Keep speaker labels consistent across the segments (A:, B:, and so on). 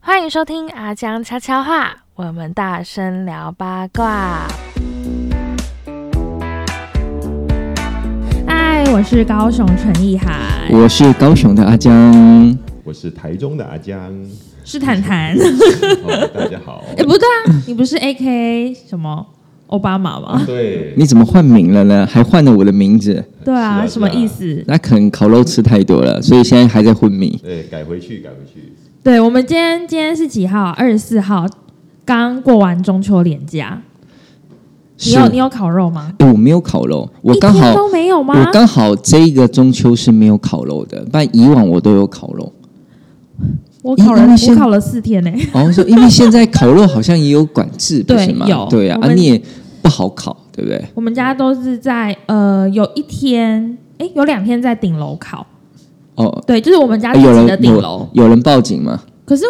A: 欢迎收听阿江悄悄话，我们大声聊八卦。
B: 嗨，我是高雄陈意涵，
C: 我是高雄的阿江，
D: 我是台中的阿江，
B: 是坦坦。
D: 哦、大家好。
B: 哎、不对啊，你不是 A K 什么奥巴马吗？
D: 对，
C: 你怎么换名了呢？还换了我的名字，
B: 对啊，
D: 是啊
B: 什么意思？
C: 那可能烤肉吃太多了，所以现在还在昏迷。
D: 对，哎改回去，改回去。
B: 对，我们今天今天是几号？二十四号，刚过完中秋连假。你
C: 是
B: 有你有烤肉吗？
C: 哎我没有烤肉，我
B: 一
C: 刚
B: 天
C: 好
B: 都没有吗
C: 我？刚好这一个中秋是没有烤肉的，但以往我都有烤肉。
B: 我烤了
C: 因为
B: 我
C: 现
B: 烤了四天呢、
C: 然后哦说，因为现在烤肉好像也有管制，不
B: 对
C: 是吗？
B: 有
C: 对啊，
B: 我
C: 啊
B: 们
C: 你也不好烤，对不对？
B: 我们家都是在呃有一天，哎、有两天在顶楼烤。
C: 哦，
B: 对，就是我们家自
C: 有
B: 己的
C: 人
B: 顶
C: 有
B: 楼，
C: 有人报警吗？
B: 可是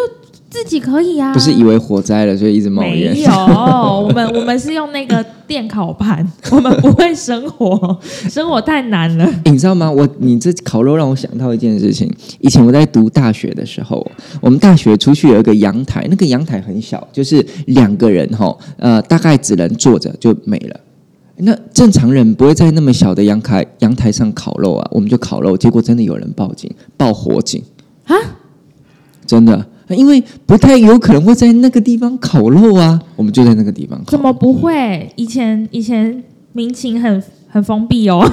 B: 自己可以啊。
C: 不是以为火灾了，所以一直冒
B: 没
C: 烟。
B: 有，我们我们是用那个电烤盘，我们不会生火， 生火太难了。
C: 欸你知道吗？我你这烤肉让我想到一件事情。以前我在读大学的时候，我们大学出去有一个阳台，那个阳台很小，就是两个人哈，呃，大概只能坐着就没了。那正常人不会在那么小的阳台阳台上烤肉啊，我们就烤肉，结果真的有人报警，报火警
B: 啊！
C: 真的，因为不太有可能会在那个地方烤肉啊，我们就在那个地方烤
B: 怎。么不会？以前以前民情很很封闭哦，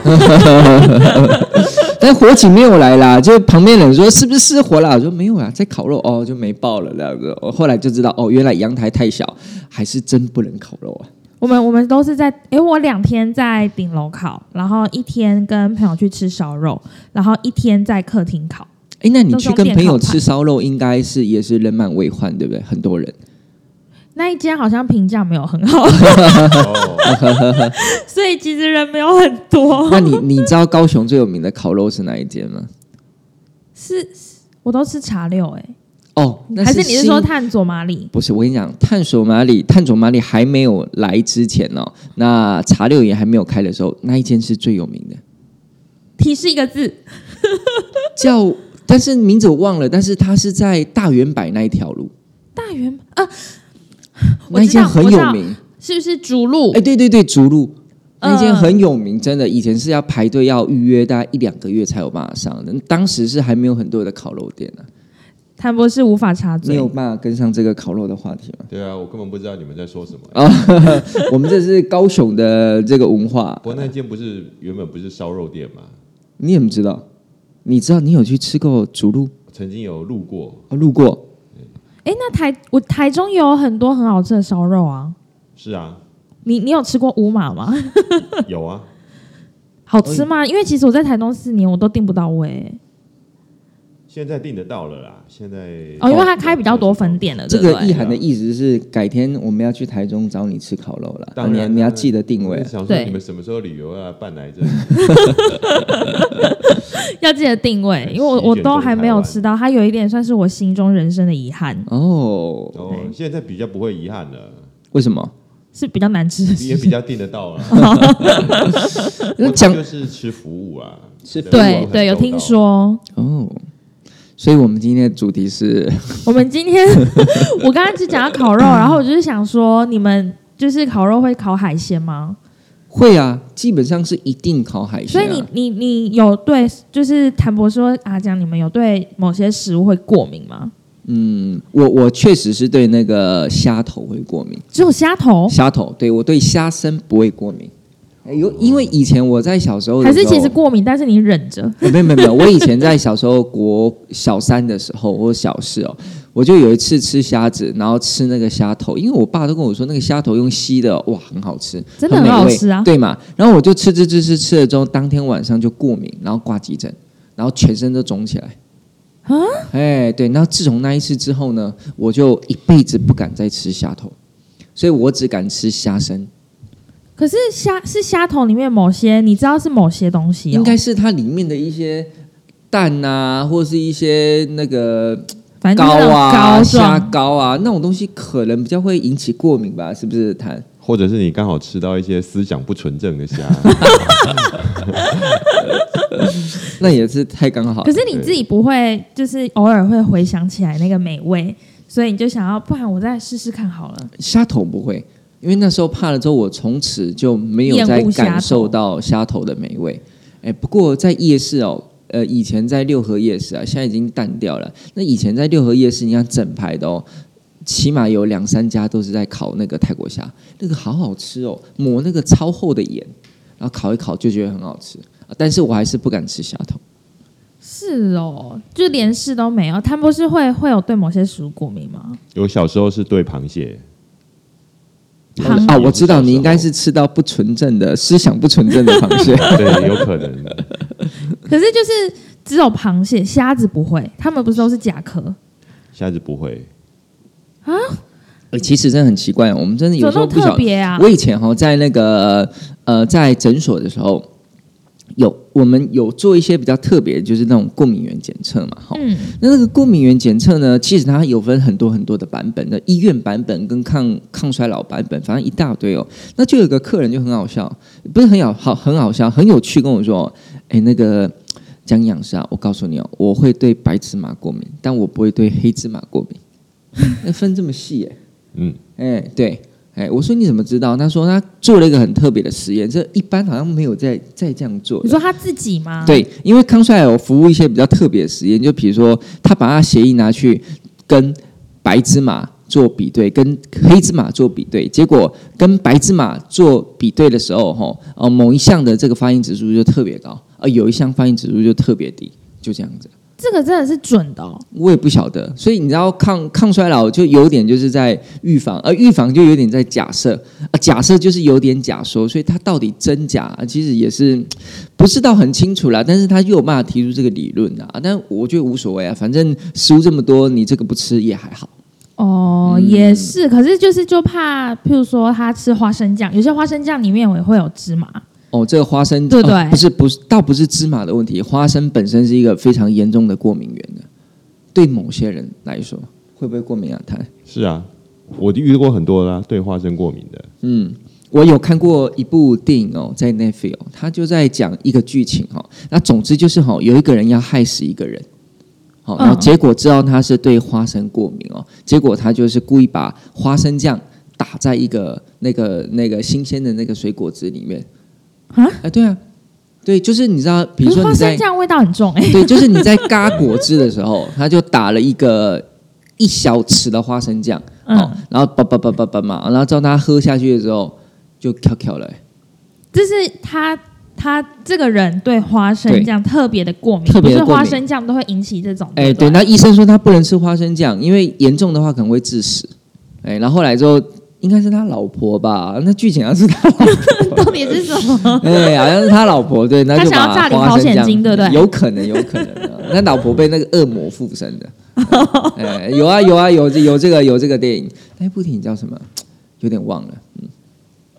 C: 但火警没有来啦，就旁边人说是不是失火啦？我说没有啊，在烤肉哦，就没爆了这样子。我后来就知道哦，原来阳台太小，还是真不能烤肉啊。
B: 我们我们都是在，诶，我两天在顶楼烤，然后一天跟朋友去吃烧肉，然后一天在客厅烤。
C: 哎，那你去跟朋友吃烧肉，应该是也是人满为患，对不对？很多 人
B: 那一间好像评价没有很好，
D: 哦，
B: 所以其实人没有很多。
C: 那你你知道高雄最有名的烤肉是哪一间吗？
B: 是，我都吃茶六诶，
C: 哦，那
B: 还是你是
C: 新
B: 说探佐马里？
C: 不是，我跟你讲，探索马里，探索马里还没有来之前哦，那茶六也还没有开的时候，那一间是最有名的。
B: 提示一个字，
C: 叫，但是名字我忘了，但是它是在大圆柏那一条路，
B: 大圆啊，我
C: 那一
B: 知
C: 间
B: 道，
C: 很
B: 我知
C: 有
B: 道，
C: 名。
B: 是不是竹鹿？
C: 哎、对对对，竹路那一间
B: 嗯
C: 很有名，真的，以前是要排队要预约，大概一两个月才有办法上的。当时是还没有很多的烤肉店呢、啊，
B: 谭博士无法插
C: 你
B: 嘴
C: 有，办法跟上这个烤肉的话题吗？
D: 对啊，我根本不知道你们在说什么。
C: 啊、我们这是高雄的这个文化
D: 不，过那间不是原本不是烧肉店吗？
C: 你怎么知道？你知道你有去吃过竹鹿？
D: 曾经有路过，
C: 哦，路过
B: 哎，那台我台中也有很多很好吃的烧肉啊，
D: 是 啊，
B: 你你有吃过乌马吗？
D: 有啊，
B: 好吃吗？因为其实我在台中四年，我都订不到位
D: 现在订得到了啦。现在
B: 哦，因为它开比较多分，店了，
C: 这
B: 对不
C: 个
B: 对
C: 意涵的意思是，改天我们要去台中找你吃烤肉了，
D: 当然
C: 你要
D: 啦
C: 你要记得定
D: 我
C: 位
D: 就。想说
B: 对
D: 你们什么时候旅游啊？办来 着？
B: 要记得定位，因为我我都还没有吃到，它有一点算是我心中人生的遗憾，
C: 哦，
D: 哦，现在比较不会遗憾了，
C: 为什么？
B: 是比较难吃的
D: 也
B: 事。
D: 比较订得到啊了。
C: 那
D: 我
C: 讲
D: 就是吃服务啊，
C: 吃服务
B: 对对，有听。说。
C: 哦，所以我们今天的主题是
B: 我们今天 我刚才只讲到烤肉，然后我就是想说，你们就是烤肉会烤海鲜吗？
C: 会啊，基本上是一定烤海鲜、
B: 所
C: 啊。
B: 以你你你有对，就是谭博说阿江，你们有对某些食物会过敏吗？
C: 嗯，我我确实是对那个虾头会过敏，
B: 只有虾头，
C: 虾头对我对虾身不会过敏。哎有，因为以前我在小时候的
B: 哦还是
C: 时候
B: 其实过敏，但是你忍着？
C: 没有没有没有，我以前在小时候国小三的时候或小四哦，我就有一次吃虾子，然后吃那个虾头，因为我爸都跟我说那个虾头用吸的，哇，很好吃，
B: 真的
C: 很
B: 很好
C: 美味
B: 吃啊
C: 对嘛？然后我就吃吃吃吃吃了之后，当天晚上就过敏，然后挂急诊，然后全身都肿起来。
B: 啊，
C: 哎，对，那自从那一次之后呢，我就一辈子不敢再吃虾头，所以我只敢吃虾身，
B: 可是虾是虾头里面某些，你知道是某些东西、哦，
C: 应该是它里面的一些蛋啊，或是一些那个
B: 反正
C: 膏
B: 就是那种
C: 啊、
B: 膏
C: 虾
B: 状。
C: 膏啊那种东西，可能比较会引起过敏吧？是不是？谭？
D: 或者是你刚好吃到一些思想不纯正的虾，
C: 那也是太刚好
B: 可。是你自己不会，就是偶尔会回想起来那个美味，所以你就想要，不然我再试试看好了。
C: 虾头不会，因为那时候怕了之后，我从此就没有再
B: 厌恶虾头
C: 感受到虾头的美味。哎，不过在夜市哦，呃，以前在六合夜市啊，现在已经淡掉了。那以前在六合夜市，你看整排的哦，起码有两三家都是在烤那个泰国虾，那个好好吃哦，抹那个超厚的盐，然后烤一烤就觉得很好吃。啊但是我还是不敢吃虾头。
B: 是哦，就连试都没有。他们不是会会有对某些食物过敏吗？
D: 我小时候是对螃蟹，
B: 螃蟹
C: 啊，我知道你应该是吃到不纯正的思想不纯正的螃蟹。
D: 对，有可能。
B: 可是就是只有螃蟹、虾子不会，他们不是都是甲壳？
D: 虾子不会，
C: 呃其实真的很奇怪，我们真的
B: 怎
C: 有
B: 么
C: 时
B: 那
C: 候
B: 么
C: 不
B: 特
C: 小
B: 别啊？
C: 我以前哈、在那个呃在诊所的时候，有我们有做一些比较特别的，就是那种过敏原检测嘛，哈、
B: 嗯，
C: 那那个过敏原检测呢，其实它有分很多很多的版本的，医院版本跟抗抗衰老版本，反正一大堆哦。那就有个客人就很好笑，不是很好好很好笑，很有趣，跟我说：“哎，那个讲养生啊，我告诉你哦，我会对白芝麻过敏，但我不会对黑芝麻过敏。 那分这么细耶、
D: 嗯，
C: 哎，对，哎，我说你怎么知道？他说他做了一个很特别的实验，这一般好像没有在在这样做的。
B: 你说他自己吗？，
C: 对，因为康帅有服务一些比较特别的实验，就比如说他把他协议拿去跟白芝麻做比对，跟黑芝麻做比对，结果跟白芝麻做比对的时候，吼，呃，某一项的这个发音指数就特别高，呃，有一项发音指数就特别低，就这样子。
B: 这个真的是准的、哦。
C: 我也不晓得，所以你知道抗抗衰老就有点就是在预防，而预防就有点在假设，啊、假设就是有点假说，所以它到底真假、啊其实也是不是到很清楚啦，但是他又有办法提出这个理论啊，但我觉得无所谓啊，反正食物这么多，你这个不吃也还好。
B: 哦，
C: 嗯
B: 也是，可是就是就怕，譬如说他吃花生酱，有些花生酱里面也会有芝麻，
C: 哦，这个花生
B: 对对
C: 哦不是不是，倒不是芝麻的问题，花生本身是一个非常严重的过敏源的，对某些人来说会不会过敏啊？他
D: 是啊，我遇过很多啦、对花生过敏的。
C: 嗯，我有看过一部电影哦，在 Netflix，、哦、他就在讲一个剧情哦。那总之就是哦，有一个人要害死一个人，好、然后
B: 嗯
C: 结果知道他是对花生过敏哦，结果他就是故意把花生酱打在一个那个那个新鲜的那个水果汁里面
B: 啊
C: 哎、对啊，对，就是你知道，比
B: 可
C: 如
B: 是
C: 说
B: 花
C: 你在
B: 生酱味道很重哎、
C: 对，就是你在嘎果汁的时候，他就打了一个一小匙的花生酱，
B: 嗯
C: 哦，然后叭叭叭叭叭嘛，然后叫他喝下去的时候就跳跳了、欸
B: 这是他他这个人对花生酱特别的过敏，
C: 特别的
B: 不
C: 过敏
B: 是花生酱都会引起这种。
C: 哎、
B: 不
C: 对，那医生说他不能吃花生酱，因为严重的话可能会致死，哎、然后后来之后。应该是他老婆吧？那剧情好像是 他，
B: 到底是什 么？
C: 哎、好像是他老婆对，那
B: 他
C: 就
B: 想
C: 把
B: 要诈领
C: 花
B: 保
C: 生
B: 险
C: 酱
B: 金对不对
C: 有可能，有可能、啊。 那老婆被那个恶魔附身的，哎、有啊有啊有这有这个有这个电影，那部电影叫什么？有点忘了。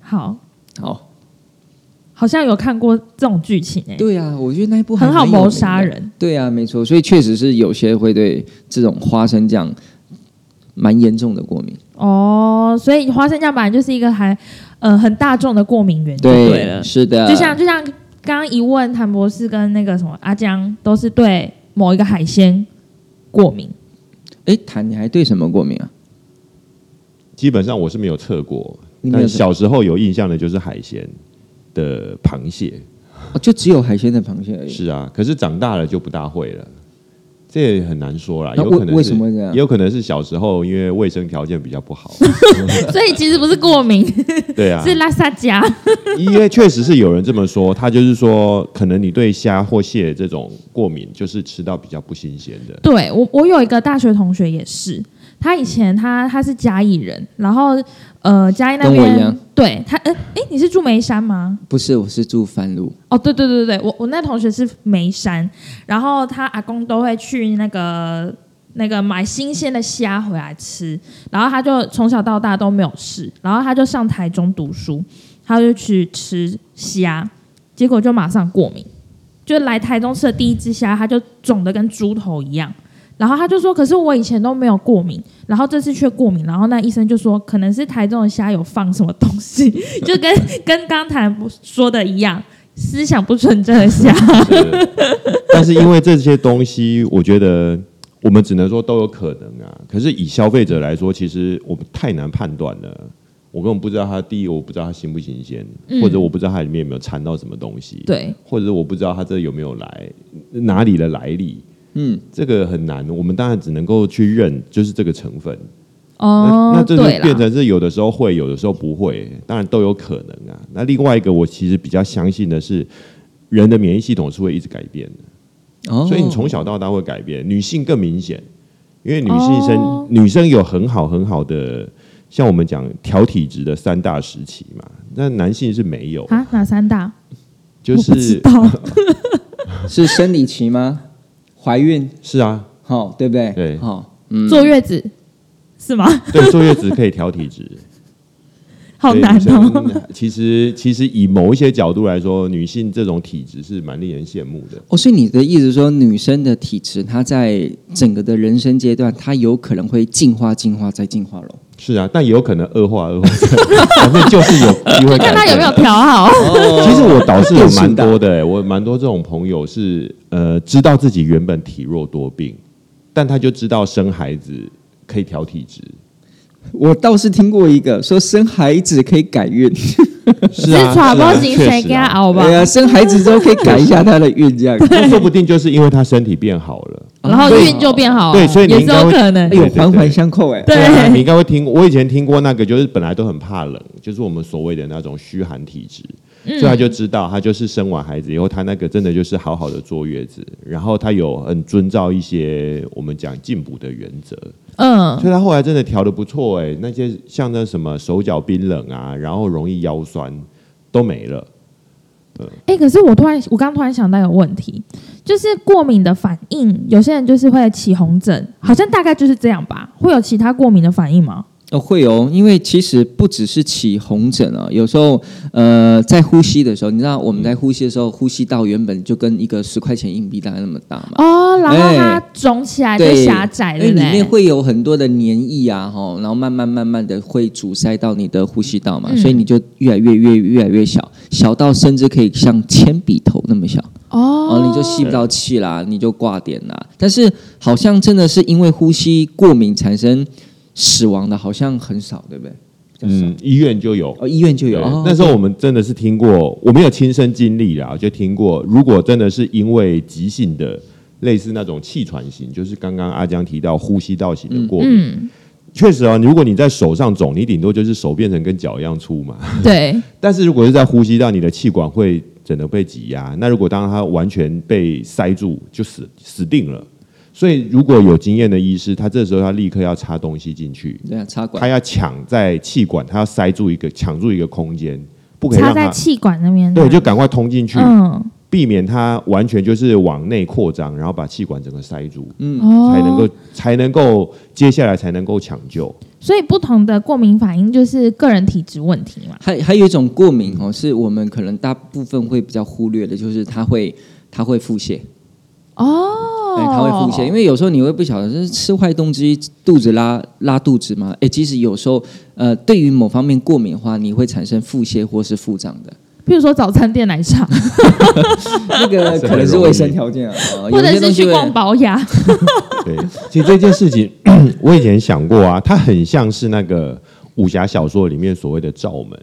B: 好，
C: 好，
B: 好像有看过这种剧情哎、
C: 对啊，我觉得那一部还
B: 很好
C: 蛮有
B: 谋
C: 名的
B: 杀人。
C: 对啊，没错，所以确实是有些会对这种花生酱蛮严重的过敏。
B: 哦，所以花生酱本来就是一个还呃很大众的过敏源就对了，
C: 是的，
B: 就像就像刚刚一问谭博士跟那个什么阿江都是对某一个海鲜过敏，
C: 哎，谭，你还对什么过敏啊？
D: 基本上我是没有测过，
C: 你没有
D: 但
C: 什么
D: 小时候有印象的就是海鲜的螃蟹。
C: 哦就只有海鲜的螃蟹而已。
D: 是啊，可是长大了就不大会了，这也很难说啦。
C: 那
D: 有
C: 为
D: 可能是
C: 为什么会这
B: 嗯
C: 样
D: 也有可能是小时候因为卫生条件比较不 好。
B: 所以其实不是过敏，
D: 对啊，
B: 是拉萨加。
D: 因为确实是有人这么说，他就是说，可能你对虾或蟹这种过敏，就是吃到比较不新鲜 的。
B: 对我，我有一个大学同学也是，他以前他他是嘉义人，然后呃嘉义那
C: 跟我一
B: 边
C: 样，
B: 对他，哎、诶你是住眉山吗？
C: 不是，我是住番路。
B: 哦，对对对对，我我那同学是眉山，然后他阿公都会去那个那个买新鲜的虾回来吃，然后他就从小到大都没有事，然后他就上台中读书，他就去吃虾，结果就马上过敏，就来台中吃的第一只虾，它就肿的跟猪头一样。然后他就说：“可是我以前都没有过敏，然后这次却过敏。”然后那医生就说：“可能是台中的虾有放什么东西， 就跟跟刚才说的一样，思想不纯正的虾。
D: 是但是因为这些东西，我觉得我们只能说都有可能啊。可是以消费者来说，其实我们太难判断了。我根本不知道它，第一我不知道它新不新鲜，
B: 嗯
D: 或者我不知道它里面有没有掺到什么东西，，
B: 对，
D: 或者我不知道它这有没有来哪里的来历，
C: 嗯，
D: 这个很难。我们当然只能够去认，就是这个成分。
B: 哦
D: 那，那这就
B: 对啦
D: 变成是有的时候会，有的时候不会，当然都有可能啊。那另外一个，我其实比较相信的是，人的免疫系统是会一直改变的，
C: 哦，
D: 所以你从小到大会改变。女性更明显，因为女性生、
B: 哦
D: 女生有很好很好的，像我们讲调体质的三大时期嘛，那男性是没有，
B: 啊哪三大？
D: 就
B: 我不知
D: 是
B: 道，
C: 是生理期吗？怀孕，
D: 是啊，
C: 好、对不对？
D: 对
C: 好、嗯，
B: 坐月子是吗？
D: 对，坐月子可以调体质，
B: 好
D: 所以
B: 难
D: 女
B: 哦。
D: 生其实其实以某一些角度来说，女性这种体质是蛮令人羡慕的。
C: 哦，所以你的意思是说，女生的体质，她在整个的人生阶段，她有可能会进化、进化再进化喽。
D: 是啊，但也有可能恶化恶 化，反正就是有机会改
B: 看他有没
D: 变。
B: 有调好，
D: 其实我导师有蛮
C: 变
D: 多的、欸，我蛮多这种朋友是呃，知道自己原本体弱多病，但他就知道生孩子可以调体质。
C: 我倒是听过一个说生孩子可以改运，
D: 是啊，
B: 只喘
D: 是啊
B: 不及谁
D: 确
B: 给
D: 实
B: 他
D: 啊
B: 熬吧
C: 对，啊，生孩子之后可以改一下她的运， 这样。
D: 那说不定就是因为他身体变好了。
B: 然后
C: 对
B: 运就变好了，
D: 对所以你
B: 也是
D: 应该
B: 有
D: 会
B: 可能
C: 哎。呦
D: 对对，对
C: 环环相扣哎、
B: 对
D: 啊你应该会听，我以前听过那个，就是本来都很怕冷，就是我们所谓的那种虚寒体质，所以他就知道，他就是生完孩子以后，他那个真的就是好好的坐月子，然后他有很遵照一些我们讲进补的原则，
B: 嗯，
D: 所以他后来真的调的不错哎、那些像那什么手脚冰冷啊，然后容易腰酸都没了。
B: 哎、可是我突然，我刚突然想到有问题，就是过敏的反应，有些人就是会起红疹，好像大概就是这样吧。会有其他过敏的反应吗？
C: 哦，会哦，因为其实不只是起红疹啊，有时候呃，在呼吸的时候，你知道我们在呼吸的时候，呼吸道原本就跟一个十块钱硬币大概那么大嘛，
B: 哦，然后它
C: 哎
B: 肿起来就
C: 对，
B: 狭窄了
D: 哎
C: 因为里
B: 嘞
C: 面。会有很多的黏液啊，哈，然后慢慢慢慢的会阻塞到你的呼吸道嘛，
B: 嗯
C: 所以你就越来越越越来越小，小到甚至可以像铅笔头那么小，
B: 哦
C: 哦，你就吸不到气啦，你就挂点啦。但是好像真的是因为呼吸过敏产生死亡的，好像很少，对不对？比较少。
D: 嗯，医院就有。
C: 哦，医院就有
D: 对。
C: 哦
D: 那时候我们真的是听过，我没有亲身经历啦，就听过，如果真的是因为急性的类似那种气喘型，就是刚刚阿江提到呼吸道型的过敏，
B: 嗯，
D: 确实啊，如果你在手上肿，你顶多就是手变成跟脚一样粗嘛。
B: 对，
D: 但是如果是在呼吸道，你的气管会整个被挤压。那如果当它完全被塞住，就死死定了。所以如果有经验的医师，他这时候他立刻要插东西进去，
C: 对啊，插
D: 他
C: 管。
D: 要抢在气管，他要塞住一个抢住一个空间，不可以
B: 插
D: 让
B: 在
D: 它
B: 气管那边。
D: 对，就赶快通进去，
B: 嗯，
D: 避免它完全就是往内扩张，然后把气管整个塞住，
C: 嗯
D: 嗯
B: 哦，
D: 才能够才能够接下来才能够抢救。
B: 所以不同的过敏反应就是个人体质问题嘛。
C: 还还有一种过敏哦，是我们可能大部分会比较忽略的，就是它会它会腹泻，
B: 哦，
C: 对，它会腹泻，因为有时候你会不晓得是吃坏东西肚子拉拉肚子嘛，哎，其实有时候呃，对于某方面过敏的话，你会产生腹泻或是腹胀的，
B: 譬如说早餐店奶茶，
C: 啊那个可能是卫生条件啊，哦
B: 或
C: 有
B: 者
C: 些东
B: 是
C: 西
B: 去
C: 会
B: 逛保养。
D: 对，其实这件事情 我以前想过啊，它很像是那个武侠小说里面所谓的罩门，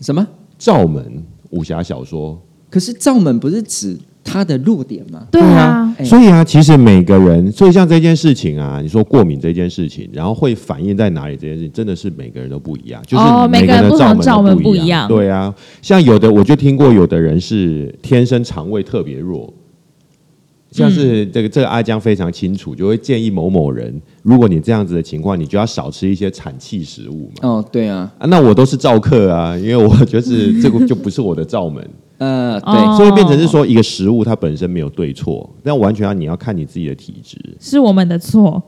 C: 什么？
D: 罩门武侠小说。
C: 可是罩门不是指它的弱点吗？
B: 对啊，
C: 哎
D: 所以啊，其实每个人，所以像这件事情啊，你说过敏这件事情，然后会反映在哪里这件事情，真的是每个人都不一样，就是
B: 哦每个
D: 个
B: 人
D: 人
B: 不
D: 的
B: 同
D: 罩门
B: 罩门
D: 都
B: 不
D: 不
B: 一样
D: 对啊，像有的我就听过，有的人是天生肠胃特别弱。像是这个这个阿江非常清楚，就会建议某某人，如果你这样子的情况，你就要少吃一些产气食物嘛。
C: 哦，对啊，
D: 啊，那我都是照客啊，因为我觉得这个就不是我的罩门。
C: 呃，对，
B: 哦
D: 所以变成是说，一个食物它本身没有对错，但完全要你要看你自己的体质。
B: 是我们的错。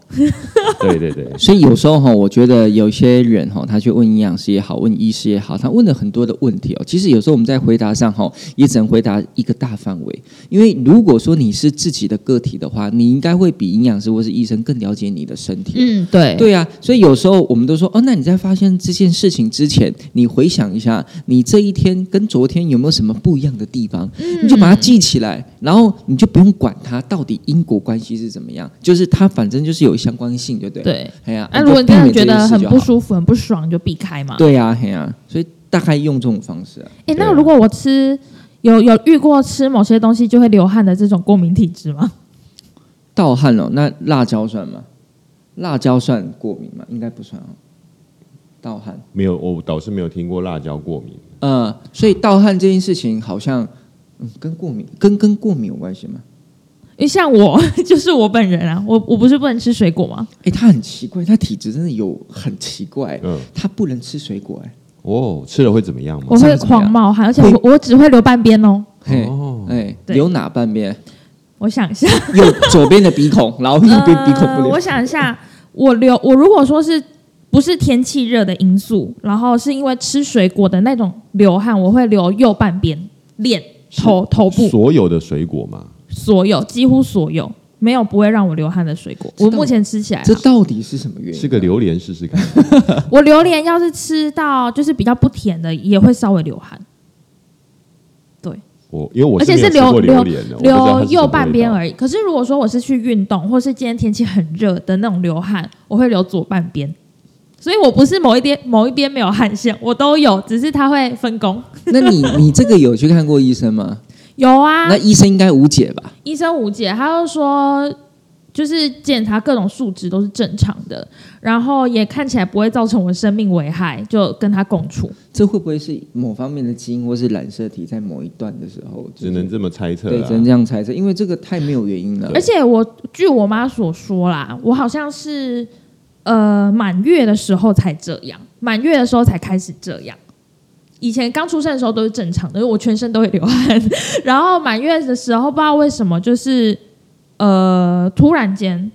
D: 对对对，
C: 所以有时候哈，我觉得有些人哈，他去问营养师也好，问医师也好，他问了很多的问题哦。其实有时候我们在回答上哈，也只能回答一个大范围。因为如果说你是自己的个体的话，你应该会比营养师或是医生更了解你的身体。
B: 嗯，对，
C: 对啊，所以有时候我们都说哦，那你在发现这件事情之前，你回想一下，你这一天跟昨天有没有什么不一样的地方，
B: 嗯
C: 你就把它记起来，然后你就不用管它到底因果关系是怎么样，就是它反正就是有相关性，对不对？，
B: 对。
C: 哎呀，
B: 那、
C: 你
B: 如果
C: 就
B: 你
C: 避
B: 真的
C: 免这件
B: 觉得
C: 事
B: 很
C: 就
B: 不
C: 好，
B: 舒服、很不爽，你就避开嘛。
C: 对呀、啊，哎呀、所以大概用这种方式啊。
B: 哎、
D: 对
B: 那
D: 啊
B: 如果我吃有有遇过吃某些东西就会流汗的这种过敏体质吗？
C: 盗汗哦，那辣椒算吗？辣椒算过敏吗？应该不算哦。盗汗，
D: 没有，我倒是没有听过辣椒过敏。
C: 呃，所以盗汗这件事情好像，嗯，跟过敏跟跟过敏有关系吗？
B: 因为像我 就是我本人啊，我我不是不能吃水果吗？
C: 哎，他很奇怪，他体质真的有很奇怪，
D: 嗯，
C: 他不能吃水果，哎，
D: 哦，吃了会怎么样啊吗
B: 我？会狂冒汗，而且我我只会流半边哦。
C: 嘿，
D: 哦
C: 哎，
B: 对
C: 留哪半边？
B: 我想一下，
C: 右左边的鼻 孔，然后右边鼻孔不
B: 呃，
C: 流
B: 我。想一下，我流我如果说是不是天气热的因素，然后是因为吃水果的那种流汗，我会流右半边脸、头、头部
D: 所有的水果嘛，
B: 所有几乎所有没有不会让我流汗的水果。
C: 知道
B: 我目前吃起来啊，
C: 这到底是什么原因啊？
D: 吃个榴莲试试看。
B: 我榴莲要是吃到就是比较不甜的，也会稍微流汗，
D: 我因为我
B: 而且
D: 没有
B: 是
D: 吃过
B: 榴
D: 榴莲的，我不知道它
B: 流
D: 是什么
B: 右半边
D: 味道。
B: 而已。可是如果说我是去运动，或是今天天气很热的那种流汗，我会流左半边。所以我不是某一边某一边没有汗腺，我都有，只是它会分工。
C: 那你你这个有去看过医生吗？
B: 有啊
C: 那，医生应该无解吧？
B: 医生无解，他就说就是检查各种数值都是正常的，然后也看起来不会造成我生命危害，就跟他共处。
C: 这会不会是某方面的基因或是染色体在某一段的时候，就是
D: 只能这么猜测
C: 对，
D: 啦
C: 只能这样猜测，啊因为这个太没有原因了
B: 而。且我据我妈所说啦，我好像是呃满月的时候才这样，满月的时候才开始这样。以前刚出生的时候都是正常的，因为我全身都会流汗。然后满月的时候不知道为什么，就是呃突然间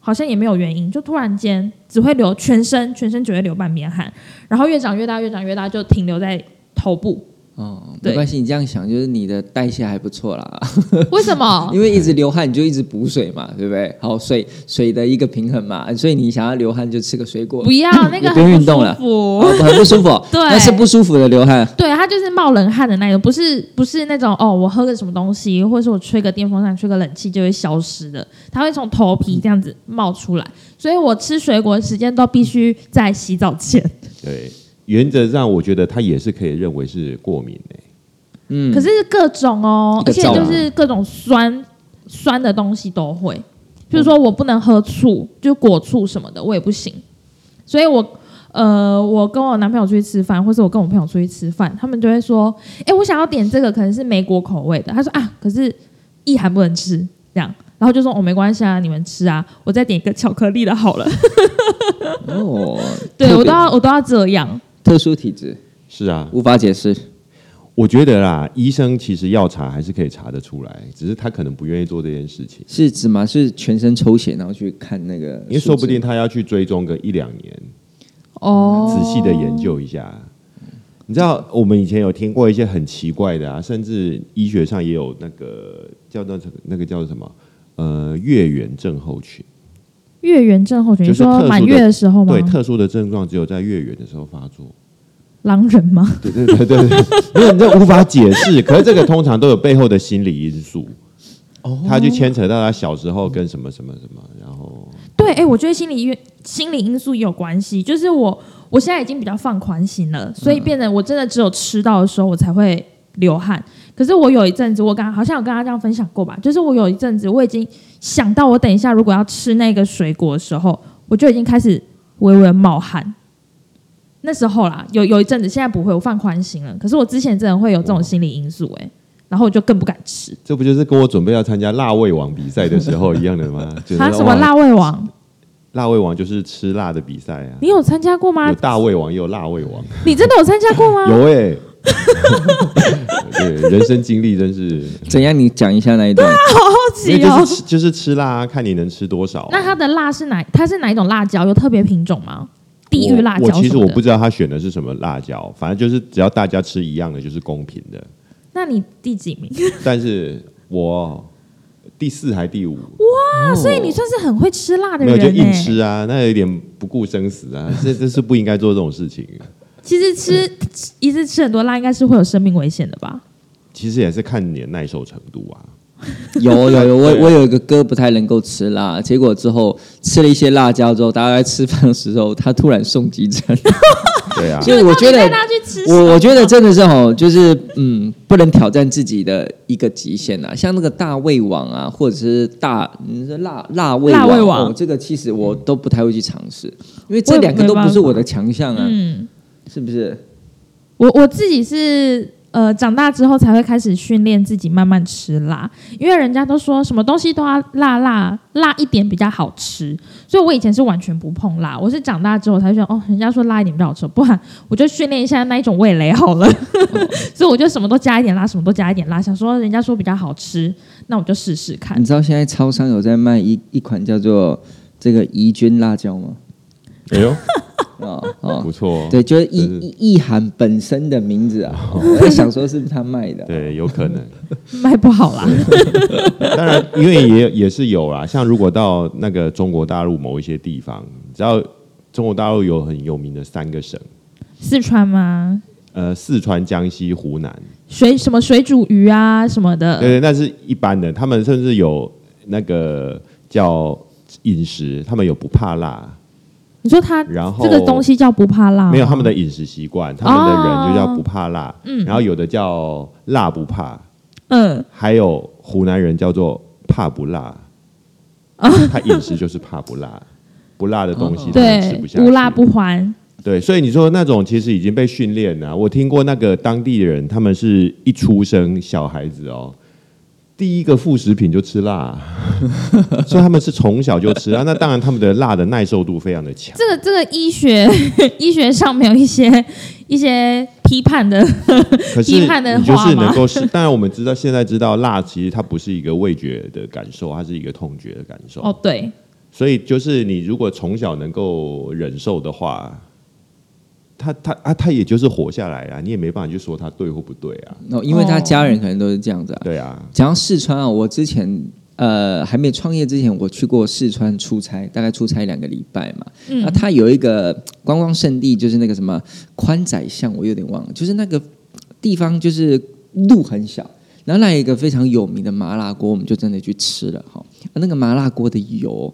B: 好像也没有原因，就突然间只会流全身，全身只会流半边汗。然后越长越大，越长越大就停留在头部。
C: 哦，
B: 对
C: 没关系，你这样想就是你的代谢还不错啦，
B: 为什 么？
C: 因为一直流汗你就一直补水嘛，对不对？好，水水的一个平衡嘛，所以你想要流汗就吃个水果
B: 不，要那个
C: 也不用
B: 很
C: 运动
B: 不舒
C: 了
B: 服。
C: 哦很不舒服哦
B: ，对
C: 那是不舒服的流汗。
B: 对，他就是冒冷汗的那种，不是不是那种哦，我喝个什么东西，或者是我吹个电风扇、吹个冷气就会消失的，它会从头皮这样子冒出来。所以我吃水果的时间都必须在洗澡前。
D: 对，原则上我觉得它也是可以认为是过敏欸诶、
C: 嗯，
B: 可是各种哦，
C: 一
B: 而
C: 个
B: 且
C: 照
B: 就是各种酸酸的东西都会，譬如说我不能喝醋，就果醋什么的，我也不行。所以我呃，我跟我男朋友出去吃饭，或是我跟我朋友出去吃饭，他们就会说：“哎、我想要点这个，可能是美国口味的。”他说：“啊，可是意涵不能吃。”这样，然后就说：“哦，没关系啊，你们吃啊，我再点一个巧克力的好了。
C: 哦，
B: 对
C: 特别
B: 我都要，我都要这样。
C: 特殊体质
D: 是啊，
C: 无法解释，
D: 我觉得啦，医生其实要查还是可以查得出来，只是他可能不愿意做这件事情，
C: 是指吗？是全身抽血然后去看那个数值，
D: 因为说不定他要去追踪个一两年，
B: 哦，
D: 仔细的研究一下。你知道我们以前有听过一些很奇怪的啊，甚至医学上也有那个叫做那个叫什么呃月圆症候群，
B: 月圆症候群，你
D: 就是特
B: 说
D: 殊
B: 满
D: 的
B: 月的时候吗？
D: 对特殊的症状只有在月圆的时候发作。
B: 狼人吗？
D: 对对对对对，因为你这无法解释，可是这个通常都有背后的心理因素。哦，他就牵扯到他小时候跟什么什么什么，然后
B: 对，哎、我觉得心理因心理因素也有关系。就是我我现在已经比较放宽心了，所
D: 嗯
B: 以变得我真的只有吃到的时候我才会流汗。可是我有一阵子，我刚好像有跟他这样分享过吧，就是我有一阵子我已经想到我等一下如果要吃那个水果的时候，我就已经开始微微冒汗。那时候啦，有有一阵子，现在不会，我放宽心了。可是我之前真的会有这种心理因素、哎，然后我就更不敢吃。
D: 这不就是跟我准备要参加辣胃王比赛的时候一样的吗？就是
B: 他什么
D: 哇
B: 辣胃王？
D: 辣胃王就是吃辣的比赛啊
B: 你，有参加过吗
D: 有？大胃王也有辣胃王，
B: 你真的有参加过吗？
D: 有哎、 对，人生经历真是，
B: 哦
C: 怎样？你讲一下那一
B: 啊
C: 段。
B: 自
D: 因为
B: 己
D: 就
B: 哦
D: 是吃就是吃辣、啊，看你能吃多少啊、
B: 那它的辣是哪？它是哪一种辣椒？有特别品种吗？地狱辣椒
D: 我我其实
B: 什么
D: 我
B: 的
D: 不知道他选的是什么辣椒，反正就是只要大家吃一样的就是公平的。
B: 那你第几 名？
D: 但是我第四还第五，
B: 啊，所以你算是很会吃辣的
D: 没有
B: 人、
D: 就
B: 欸、
D: 硬吃啊，那有点不顾生死啊，这这是不应该做这种事情。
B: 其实吃一次吃很多辣，应该是会有生命危险的吧？
D: 其实也是看你的耐受程度啊。
C: 有有有，我
D: 对
C: 我有一个哥不太能够吃辣，结果之后吃了一些辣椒之后，大家在吃饭的时候，他突然送急 诊，
D: 对啊，
C: 所以我觉得
B: 带他去吃什么，
C: 我我觉得真的是哦，就是嗯，不能挑战自己的一个极限啊。像那个大胃王啊，或者是大你说辣辣胃
B: 辣
C: 王，
B: 胃王
C: 哦，这个其实我都不太会去尝试，因为
B: 我
C: 这
B: 也
C: 两个都
B: 没
C: 不
B: 办
C: 是我
B: 法
C: 的强项啊，
B: 嗯，
C: 是不是？
B: 我我自己是呃长大之后才会开始训练自己慢慢吃辣，因为人家都说什么东西都要辣辣辣一点比较好吃，所以我以前是完全不碰辣，我是长大之后才觉得哦，人家说辣一点比较好吃，不然我就训练一下那一种味蕾好了， 所以我就什么都加一点辣，什么都加一点辣，想说人家说比较好吃，那我就试试看
C: 你。知道现在超商有在卖一一款叫做这个宜君辣椒吗？
D: 哎呦，
C: 啊、 哦
D: 不错，
C: 对，就是意
D: 就是
C: 意意涵本身的名字 啊，我在想说是不是他卖的、
D: 对，有可能。
B: 卖不好啦，
D: 当然，因为也也是有啦，像如果到那个中国大陆某一些地方，你知道中国大陆有很有名的三个省，
B: 四川吗？
D: 呃，四川、江西、湖南，
B: 水什么水煮鱼啊什么
D: 对
B: 的，
D: 对，那是一般的，他们甚至有那个叫饮食，他们有不怕辣，
B: 你说它
D: 然后
B: 这个东西叫不怕辣吗？
D: 没有他们的饮食习惯，他们的人就
B: 哦
D: 叫不怕辣，然后有的叫辣不怕，
B: 嗯，
D: 还有湖南人叫做怕不辣，
B: 哦
D: 他饮食就是怕不辣，不辣的东西他们吃
B: 对
D: 不，下去，
B: 无辣不欢，
D: 对，所以你说那种其实已经被训练了啊、我听过那个当地人，他们是一出生小孩子哦，第一个副食品就吃 辣，所以他们是从小就吃辣。那当然，他们的辣的耐受度非常的强。
B: 这个这个医学 医学上面有一些一些批判的，
D: 可是
B: 批判的
D: 你就
B: 话
D: 是
B: 吗
D: 能够是，当然我们知道现在知道辣其实它不是一个味觉的感受，它是一个痛觉的感受。
B: 哦对，
D: 所以就是你如果从小能够忍受的话，他他啊他也就是活下来啊，你也没办法去说他对或不对啊。
C: 哦，因为他家人可能都是这样子啊。
D: 对啊，
C: 讲到四川啊，我之前呃还没创业之前，我去过四川出差，大概出差两个礼拜嘛。
B: 嗯
C: 那它有一个观光胜地，就是那个什么宽窄巷，我有点忘了，就是那个地方就是路很小。然后那有一个非常有名的麻辣锅，我们就真的去吃了哈。啊那个麻辣锅的油，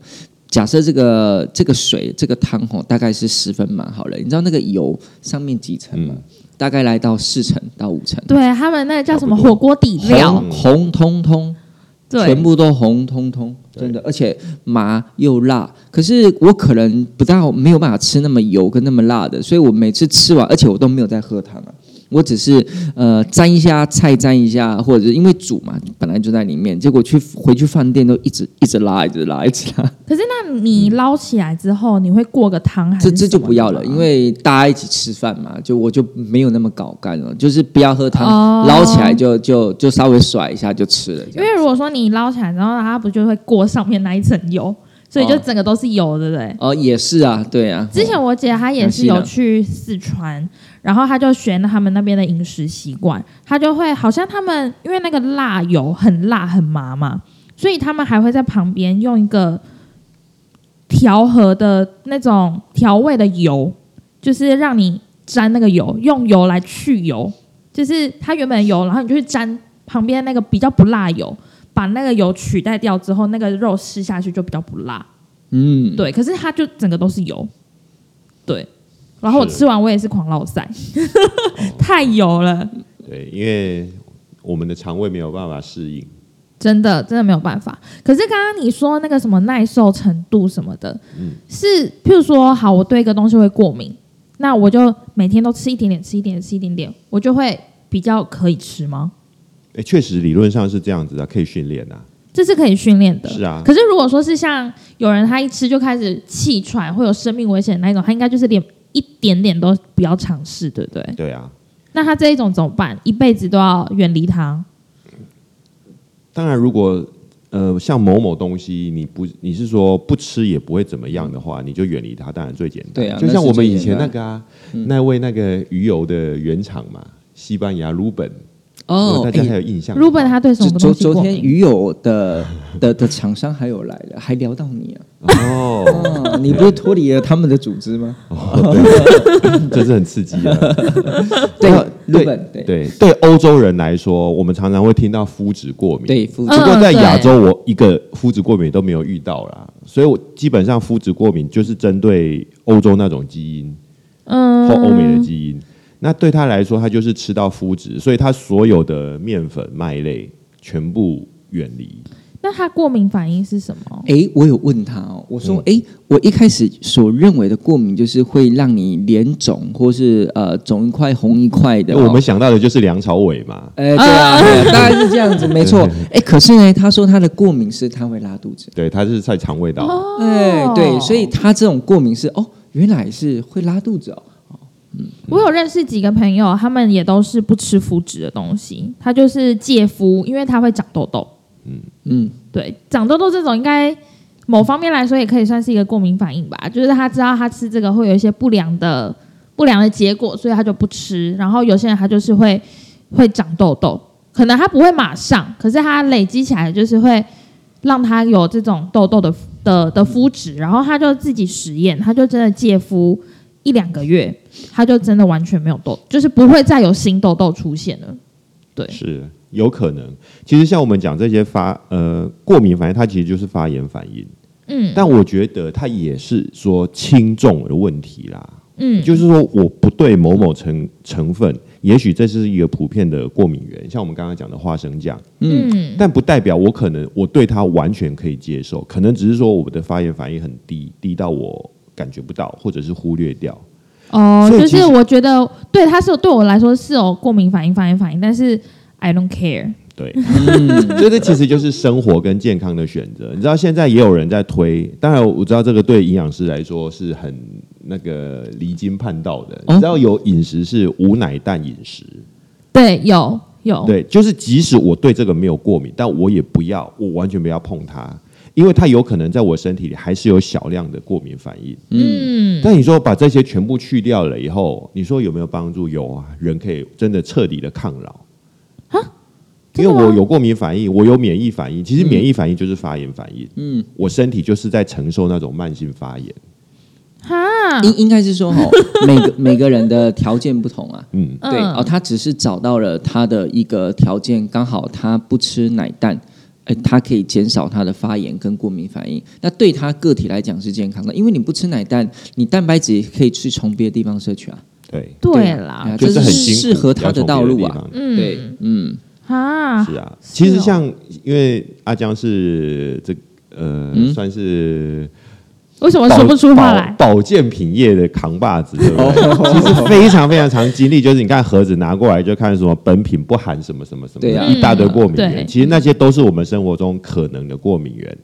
C: 假设这个这个水这个汤哦，大概是十分满好了。你知道那个油上面几层
B: 嗯
C: 吗？大概来到四层到五层，
B: 对他们那个叫什么
D: 差不多
B: 火锅底料，
C: 红红彤彤，
B: 对
C: 全，部都红彤彤，
D: 对
C: 真的，而且麻又辣。可是我可能不到没有办法吃那么油跟那么辣的，所以我每次吃完，而且我都没有在喝汤啊。我只是呃沾一下菜沾一下，或者是因为煮嘛，本来就在里面，结果去回去饭店都一直一直拉，一直拉，一直 拉。
B: 可是那你捞起来之后，你会过个汤还是
C: 嗯这
B: 什么的吗？
C: 这就不要了，因为大家一起吃饭嘛，就我就没有那么搞干了，就是不要喝汤，
B: 哦
C: 捞起来就就就稍微甩一下就吃了。这
B: 因
C: 样
B: 为如果说你捞起来，然后它不就会过上面那一层油，所以就
C: 哦
B: 整个都是油，对不对？
C: 哦，也是啊，对啊。
B: 之前我姐她也是有去四川，然后她就学了他们那边的饮食习惯，她就会好像他们因为那个辣油很辣很麻嘛，所以他们还会在旁边用一个调和的那种调味的油，就是让你沾那个油，用油来去油，就是它原本的油，然后你就去沾旁边那个比较不辣油，把那个油取代掉之后，那个肉吃下去就比较不辣。
C: 嗯，
B: 对，可是它就整个都是油，对。然后我
D: 是哦
B: 吃完我也是狂落塞， 太油了，
D: 对，因为我们的肠胃没有办法适应。
B: 真的真的没有办法。可是刚刚你说那个什么耐受程度什么的，
D: 嗯
B: 是譬如说，好，我对一个东西会过敏，那我就每天都吃一点点，吃一点点，吃一点点，我就会比较可以吃吗？
D: 哎，确实理论上是这样子的，可以训练啊。
B: 这是可以训练的，
D: 是啊
B: 可是如果说是像有人他一吃就开始气喘，会有生命危险的那一种，他应该就是连一点点都不要尝试，对不对？
D: 对啊，
B: 那他这一种怎么办？一辈子都要远离他？
D: 当然如果呃像某某东西你不你是说不吃也不会怎么样的话，你就远离它，当然最简单。
C: 对啊
D: 就像我们以前
C: 那
D: 那
C: 是最
D: 个啊，那位那个鱼油的原厂嘛，西班牙鲁本，
C: 哦，
D: 大
C: 哎
D: 家才有印象。
B: Ruben 他对什
C: 昨
B: 么东
C: 昨
B: 西过
C: 昨天
B: 敏
C: 鱼友的的的厂商还有来了，还聊到你啊！
D: 哦，
C: 啊，你不是脱离了他们的组织吗？
D: 这是很刺激 的。
C: 对
D: 啊，
C: 日本对
D: 对对，欧洲人来说，我们常常会听到肤质过敏。
C: 对，负
B: 嗯
C: 责
D: 不过在亚洲，我一个肤质过敏都没有遇到啦，所以我基本上肤质过敏就是针对欧洲那种基因
B: 嗯
D: 或欧美的基因。那对他来说，他就是吃到肤质，所以他所有的面粉、麦类全部远离。
B: 那他过敏反应是什么？
C: 哎，我有问他哦，我说，哎、我一开始所认为的过敏就是会让你脸肿，或是呃肿一块红一块的、
D: 那
C: 哦。
D: 我们想到的就是梁朝伟嘛，
C: 呃，对啊，对啊当然是这样子，没错。哎，可是呢，他说他的过敏是他会拉肚子。
D: 对，他是在肠胃道。
B: 哦
C: 哎，对，所以他这种过敏是哦，原来是会拉肚子哦。
B: 我有认识几个朋友，他们也都是不吃肤质的东西，他就是戒肤，因为它会长痘痘。
C: 嗯，
B: 对，长痘痘这种应该某方面来说也可以算是一个过敏反应吧，就是他知道他吃这个会有一些不良的不良的结果，所以他就不吃。然后有些人他就是会会长痘痘，可能他不会马上，可是他累积起来就是会让他有这种痘痘的的的肤质，然后他就自己实验，他就真的戒肤。一两个月，他就真的完全没有痘，就是不会再有新痘痘出现了。对
D: 是有可能。其实像我们讲这些发呃过敏反应，它其实就是发炎反应。
B: 嗯
D: 但我觉得它也是说轻重的问题啦。
B: 嗯，
D: 就是说我不对某某成成分，也许这是一个普遍的过敏源，像我们刚刚讲的花生酱，
B: 嗯
D: 但不代表我可能我对它完全可以接受，可能只是说我的发炎反应很低，低到我感觉不到，或者是忽略掉。
B: 哦，
D: 所以
B: 就
D: 其
B: 是
D: 实
B: 我觉得对他是有对我来说是有过敏反应、反应反应，但是 I don't care。
D: 对，嗯所以这其实就是生活跟健康的选择。你知道现在也有人在推，当然我知道这个对营养师来说是很那个离经叛道的。你知道有饮食是无奶蛋饮食，
B: 对，有有，
D: 对，就是即使我对这个没有过敏，但我也不要，我完全不要碰它，因为它有可能在我身体里还是有小量的过敏反应。
B: 嗯
D: 但你说把这些全部去掉了以后，你说有没有帮助？有啊，人可以真的彻底的抗老。因为
B: 真的
D: 我
B: 吗
D: 有过敏反应，我有免疫反应，其实免疫反应就是发炎反应。
C: 嗯
D: 嗯，我身体就是在承受那种慢性发炎。
B: 哈，
C: 应应该是说 哦，每个每个人的条件不同啊。
D: 嗯，
B: 嗯
C: 对哦，他只是找到了他的一个条件，刚好他不吃奶蛋，哎，他可以减少他的发炎跟过敏反应。那对他个体来讲是健康的，因为你不吃奶蛋，你蛋白质也可以去从别的地方摄取啊。
D: 对，
B: 对
C: 对
B: 啦
C: 啊，
D: 就
C: 这
D: 是
C: 是
D: 很辛苦
C: 适合他的道路啊
D: 要从别的地方
B: 嗯，
C: 对，嗯，
B: 哈，
D: 是啊，
B: 是
D: 其实
B: 哦
D: 像、因为阿江是这呃、算是
B: 为什么
D: 保
B: 说不出话来？
D: 保保健品业的扛把子，对不对？
C: 其实
D: 非常非常常经历，就是你看盒子拿过来就看什么本品不含什么什么什么，
C: 对啊
D: 一大堆过敏
B: 嗯对
D: 源。其实那些都是我们生活中可能的过敏源。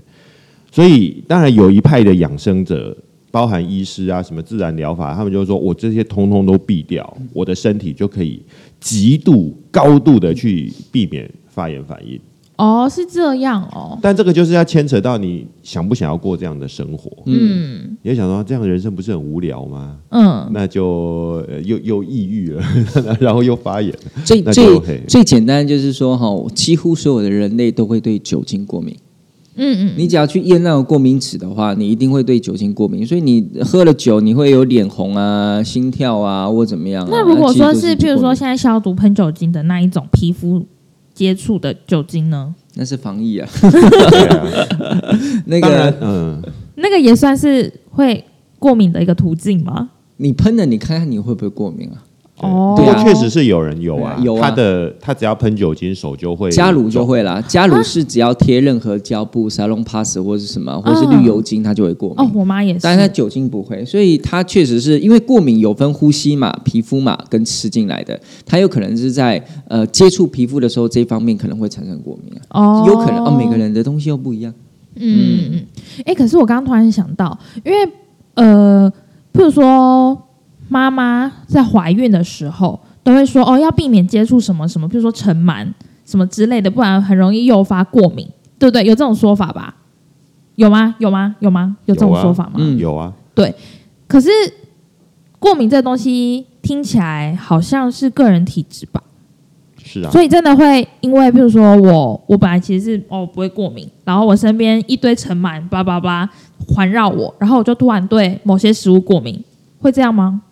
D: 所以当然有一派的养生者，包含医师啊、什么自然疗法，他们就说我这些通通都避掉，我的身体就可以极度高度的去避免发炎反应。
B: 哦，是这样哦，
D: 但这个就是要牵扯到你想不想要过这样的生活。
B: 嗯
D: 你会想说这样的人生不是很无聊吗？
B: 嗯，
D: 那就、呃又又抑郁了，然后又发炎。
C: 最
D: 那
C: 最
D: 就 OK
C: 最简单就是说哈，几乎所有的人类都会对酒精过敏。
B: 嗯嗯，
C: 你只要去验那个过敏史的话，你一定会对酒精过敏，所以你喝了酒，你会有脸红啊、心跳啊或怎么样啊、
B: 那如果说
C: 其实
B: 是，
C: 都
B: 譬如
C: 过
B: 说
C: 敏
B: 现在消毒喷酒精的那一种皮肤接触的酒精呢，
C: 那是防疫啊，
D: 对啊，
C: 那
D: 当然
C: 个，
D: 嗯，
B: 那个也算是会过敏的一个途径吗？
C: 你喷了，你看看你会不会过敏啊？
B: 哦，
D: 不过确实是有人有啊
C: 对啊，有啊
D: 他的他只要喷酒精手就会啊
C: 加乳就会
B: 啊
C: 啦，加乳是只要贴任何胶布、沙龙 pass 或是什么，或是
B: 啊
C: 绿油精，它就会过
B: 哦
C: 敏。，
B: 我妈也是，
C: 但是它酒精不会，所以它确实是因为过敏有分呼吸嘛、皮肤嘛跟吃进来的，它有可能是在呃接触皮肤的时候这方面可能会产生过敏啊，
B: 哦，
C: 有可能哦，每个人的东西又不一样。
B: 嗯，嗯，哎、可是我刚刚突然想到，因为呃，譬如说妈妈在怀孕的时候，都会说哦，要避免接触什么什么，譬如说尘螨什么之类的，不然很容易诱发过敏，嗯对不对？有这种说法吧？有吗？有吗？有吗？有这种
D: 有啊
B: 说法吗？
C: 嗯
D: 有啊，
B: 可是过敏这东西听起来好像是个人体质吧？
D: 是啊，
B: 所以真的会因为，譬如说我我本来其实是哦不会过敏，然后我身边一堆尘螨叭叭叭环绕我，然后我就突然对某些食物过敏，会这样吗？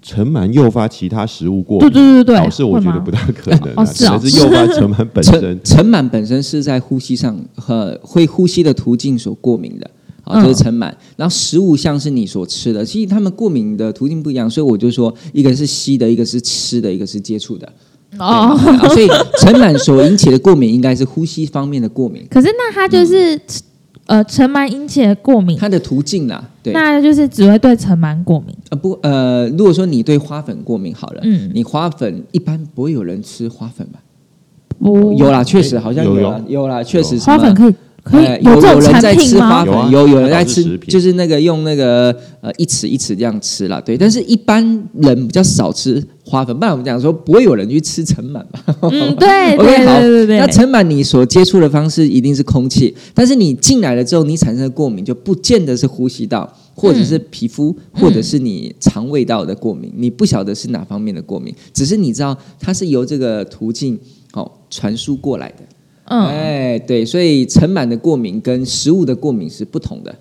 D: 尘螨诱发其他食物过
B: 对
D: 敏，
B: 对对对
D: 老
B: 对，
D: 是我
B: 会
D: 觉得
B: 吗
D: 不大可能、啊，
B: 哦是
D: 只
B: 哦
D: 能是诱发尘 螨本身
C: 尘。尘螨本身是在呼吸上和会呼吸的途径所过敏的。
D: 嗯
C: 啊，这是尘螨。然后食物像是你所吃的，其实它们过敏的途径不一样，所以我就说，一个是吸的，一个是吃的，一个是接触的。
B: 哦。
C: 对啊所以尘螨所引起的过敏应该是呼吸方面的过敏，
B: 可是那它就是、
C: 嗯
B: 呃尘螨引起的过敏，
C: 它的途径啦。对，
B: 那就是只会对尘螨过敏。
C: 呃不呃，如果说你对花粉过敏好了，
B: 嗯
C: 你花粉一般不会有人吃花粉吧？
B: 不，
C: 哦有啦，确实好像
D: 有
C: 有啦，有啦，确实什
B: 哦花
C: 么
B: 粉可以可以
C: 呃
B: 这
C: 有
B: 种
C: 人
B: 产
C: 在
B: 品
C: 吃花
B: 吗？
D: 有啊
C: 粉，有有人在
D: 它是
C: 吃
D: 食，品
C: 就是那个用那个呃一匙一匙这样吃啦，对。但是一般人比较少吃花粉，不然我们讲说不会有人去吃尘螨吧？
B: 嗯，对对
C: OK，好
B: 对对对
C: 那
B: 对。
C: 尘螨你所接触的方式一定是空气，但是你进来了之后，你产生的过敏就不见得是呼吸道，或者是皮肤，或者是你肠胃道的过敏，你不晓得是哪方面的过敏，只是你知道它是由这个途径哦传输过来的。
B: 嗯
C: 哎，对，所以尘螨的过敏跟食物的过敏是不同的。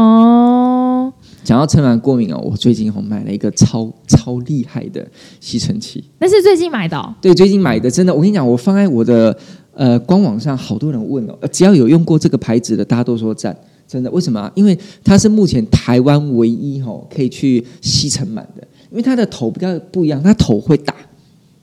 B: 哦，
C: 讲到尘螨过敏哦，我最近哦买了一个超超厉害的吸尘器。
B: 那是最近买的哦。
C: 对，最近买的真的，我跟你讲，我放在我的呃官网上，好多人问哦，呃只要有用过这个牌子的，大家都说赞。真的，为什么啊？因为它是目前台湾唯一哦可以去吸尘螨的，因为它的头比较不一样，它头会打，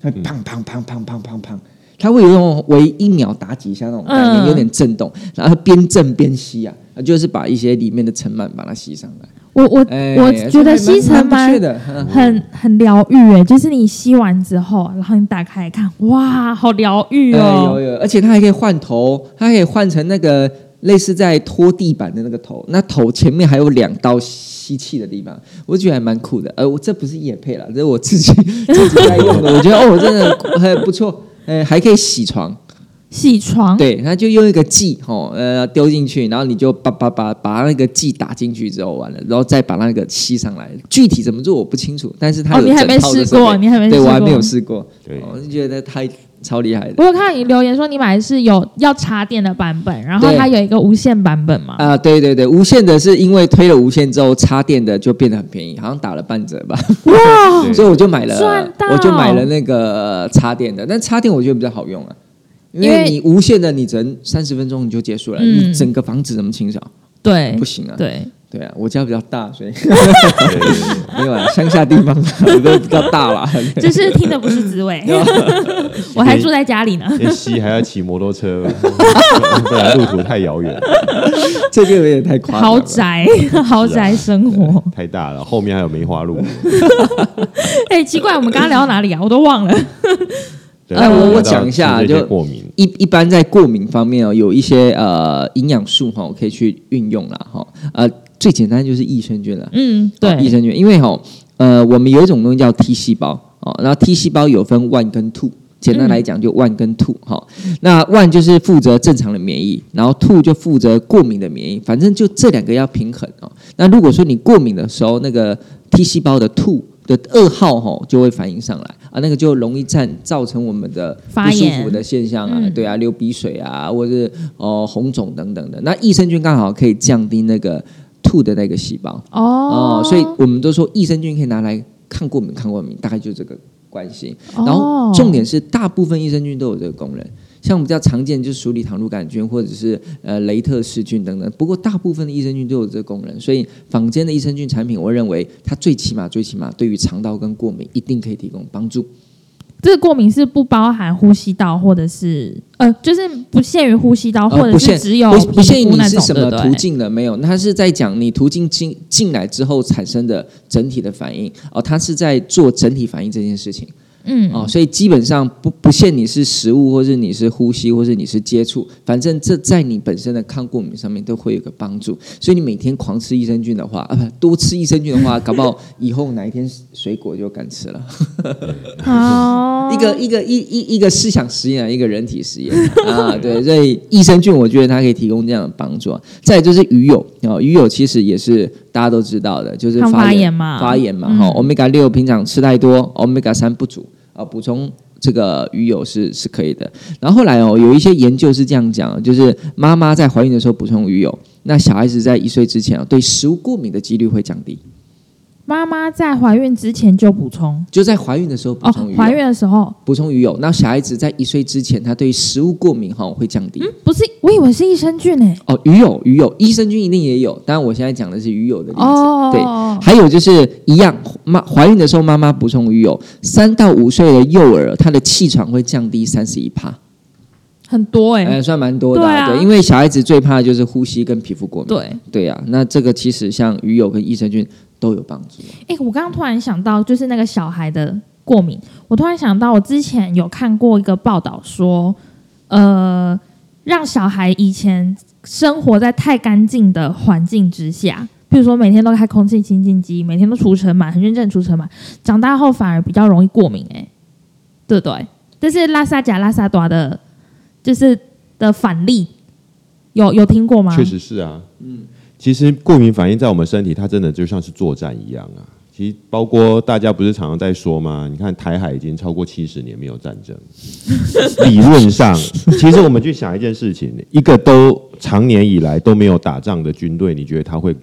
C: 它会砰砰砰砰砰砰砰，它会有那种为一秒打几下那种概念，
B: 嗯
C: 有点震动，然后它边震边吸啊，就是把一些里面的尘螨把它吸上来。
B: 我我、
C: 哎，
B: 我觉得
C: 所以
B: 吸
C: 还蛮蛮
B: 尘
C: 不
B: 螨
C: 错的，嗯
B: 很很疗愈诶，就是你吸完之后，然后你打开来看，哇，好疗愈
C: 哎
B: 哦
C: 有。有，而且它还可以换头，它可以换成那个类似在拖地板的那个头，那头前面还有两道吸气的地方，我觉得还蛮酷的。呃，我这不是野配啦，这是我自己 自己在用的，我觉得哦，真的还不错。呃，还可以洗床，
B: 洗床，
C: 对，它就用一个剂，哦，呃，丢进去，然后你就叭叭叭把那个剂打进去之后完了，然后再把那个吸上来。具体怎么做我不清楚，但是它
B: 哦，你
C: 有
B: 还
C: 整
B: 没
C: 套的
B: 试
C: 设备
B: 过，你还没试
C: 对
B: 过，
C: 我还没有。试过，
D: 对
C: 哦我就觉得它超厉害的。
B: 我有看到你留言说你买的是有要插电的版本，然后
C: 对
B: 它有一个无线版本嘛？
C: 啊、对对对，无线的是因为推了无线之后，插电的就变得很便宜，好像打了半折吧，
D: 对
C: 所以我就买了
B: 嗯赚，到
C: 我就买了那个呃插电的，但插电我觉得比较好用啊，因
B: 因
C: 为
B: 为
C: 你无线的你只能三十分钟你就结束了，
B: 嗯
C: 你整个房子怎么清扫？
B: 对
C: 不行啊，
B: 对，
C: 对啊，我家比较大， 所以
D: 对对对
C: 没有啊，乡下地方 啊都比较 大啦。
B: 只是听的不是滋 味， 我还住在家里呢。
D: 连吸还要骑摩托 车，不然路途太遥远，
C: 这就有点太夸张
B: 豪
C: 了。啊
B: 宅，豪宅生活。
D: 太大了。后面还有梅花鹿。
B: 哎、奇怪，我们刚刚聊到哪里啊？我都忘了。
D: 对
C: 哎我
D: 要
C: 我
D: 到
C: 讲一下
D: 吃这些
C: 就
D: 过敏，
C: 一一般在过敏方面哦，有一些呃营养素哈、可以去运用啦哈、呃最简单就是益生菌啦，
B: 嗯，
C: 哦益
B: 对，
C: 生菌，因为哈、呃，我们有一种东西叫 T 细胞哦，然后 T 细胞有分 one 跟 two，简
B: 嗯
C: 单来讲就 one 跟 two 哈、那 one 就是负责正常的免疫，然后 two 就负责过敏的免疫，反正就这两个要平衡哦。那如果说你过敏的时候，那个 T 细胞的 two 的二号吼、就会反应上来啊，那个就容易占造成我们的
B: 发
C: 不舒
B: 炎
C: 服的现象啊，
B: 嗯
C: 对啊，流鼻水啊，或者是哦、红肿等等的。那益生菌刚好可以降低那个 two 的那个细胞。
B: 哦
C: 哦，所以我们都说益生菌可以拿来抗过敏，抗过敏大概就这个关系。
B: 哦
C: 然后重点是，大部分益生菌都有这个功能，像比较常见就是鼠李糖乳杆菌或者是呃雷特氏菌等等。不过大部分的益生菌都有这个功能，所以坊间的益生菌产品，我认为它最起码最起码对于肠道跟过敏一定可以提供帮助。
B: 这个过敏是不包含呼吸道，或者是呃，就是不限于呼吸道，
C: 呃
B: 哦或者
C: 不
B: 是
C: 限
B: 只有
C: 不不限于
B: 皮肤
C: 你
B: 那
C: 是
B: 种
C: 什
B: 对
C: 么
B: 不对
C: 途径的，没有，它是在讲你途径进进来之后产生的整体的反应哦，它是在做整体反应这件事情。
B: 嗯，
C: 哦，所以基本上不不限你是食物，或是你是呼吸，或是你是接触，反正这在你本身的抗过敏上面都会有个帮助。所以你每天狂吃益生菌的话，啊，不多吃益生菌的话， 搞不好以后哪一天水果就敢吃了。
B: 好，
C: 一个一个一一一个思想实验啊，一个人体实验 啊，对，所以益生菌我觉得它可以提供这样的帮助啊。再来就是鱼油啊，鱼油其实也是大家都知道的，就是
B: 抗
C: 发
B: 发炎嘛
C: 发炎嘛哈、
B: 嗯
C: o m e g a 六平常吃太多，omega 三不足啊，补充。这个鱼油是是可以的。然后后来哦，有一些研究是这样讲，就是妈妈在怀孕的时候补充鱼油，那小孩子在一岁之前啊，对食物过敏的几率会降低，
B: 妈妈在怀孕之前就补充
C: 就在怀孕的时候补
B: 哦
C: 充鱼，油。
B: 怀孕的时候
C: 补充鱼油，那小孩子在一岁之前，他对食物过敏哈、会降低。
B: 不是，我以为是益生菌呢。
C: 哦，鱼油，鱼油，益生菌一定也有，当然我现在讲的是鱼油的例子。
B: 哦，
C: 对还有就是一样，妈怀孕的时候妈妈补充鱼油，三到五岁的幼儿他的气喘会降低三十一帕，
B: 很多哎、
C: 哎、算蛮多的、
B: 对啊
C: 对，因为小孩子最怕的就是呼吸跟皮肤过敏。
B: 对，
C: 对呀、那这个其实像鱼油跟益生菌都有帮 助。
B: 哎、我刚刚突然想到，就是那个小孩的过敏，我突然想到，我之前有看过一个报道说，呃，让小孩以前生活在太干净的环境之下，比如说每天都开空气清净机，每天都除尘螨，很认真除尘螨，长大后反而比较容易过敏、哎，对不对？这是拉萨贾拉萨多的，就是的反例，有有听过吗？
D: 确实是啊，嗯，其实过敏反应在我们身体，它真的就像是作战一样啊。其实包括大家不是常常在说吗？你看台海已经超过七十年没有战争，理论上，其实我们去想一件事情，一个都常年以来都没有打仗的军队，你觉得它会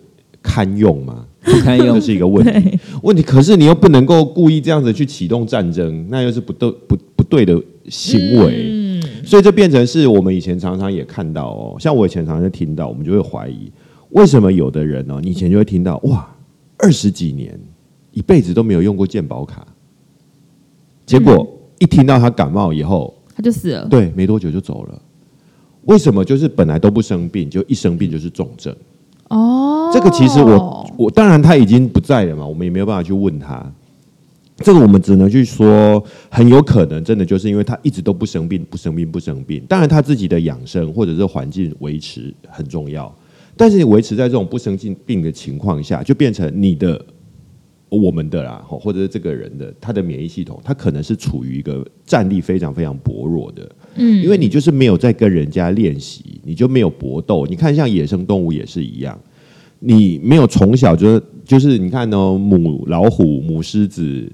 D: 堪用吗？
C: 不堪
D: 这
B: 哦
C: 用，
D: 是一个问题。问题可是你又不能够故意这样子去启动战争，那又是不对不不对的行为。所以这变成是我们以前常常也看到哦，像我以前常常听到，我们就会怀疑，为什么有的人哦，你以前就会听到哇，二十几年一辈子都没有用过健保卡，结果、一听到他感冒以后，
B: 他就死了。
D: 对，没多久就走了。为什么就是本来都不生病，就一生病就是重症？
B: 哦，
D: 这个其实我我当然他已经不在了嘛，我们也没有办法去问他。这个我们只能去说，很有可能真的就是因为他一直都不生病，不生病，不生病。当然他自己的养生或者是环境维持很重要，但是你维持在这种不生病病的情况下，就变成你的、我们的啦，吼或者是这个人的他的免疫系统，他可能是处于一个战力非常非常薄弱的。
B: 嗯
D: 因为你就是没有在跟人家练习，你就没有搏斗。你看，像野生动物也是一样，你没有从小就是就是你看哦，母老虎、母狮子、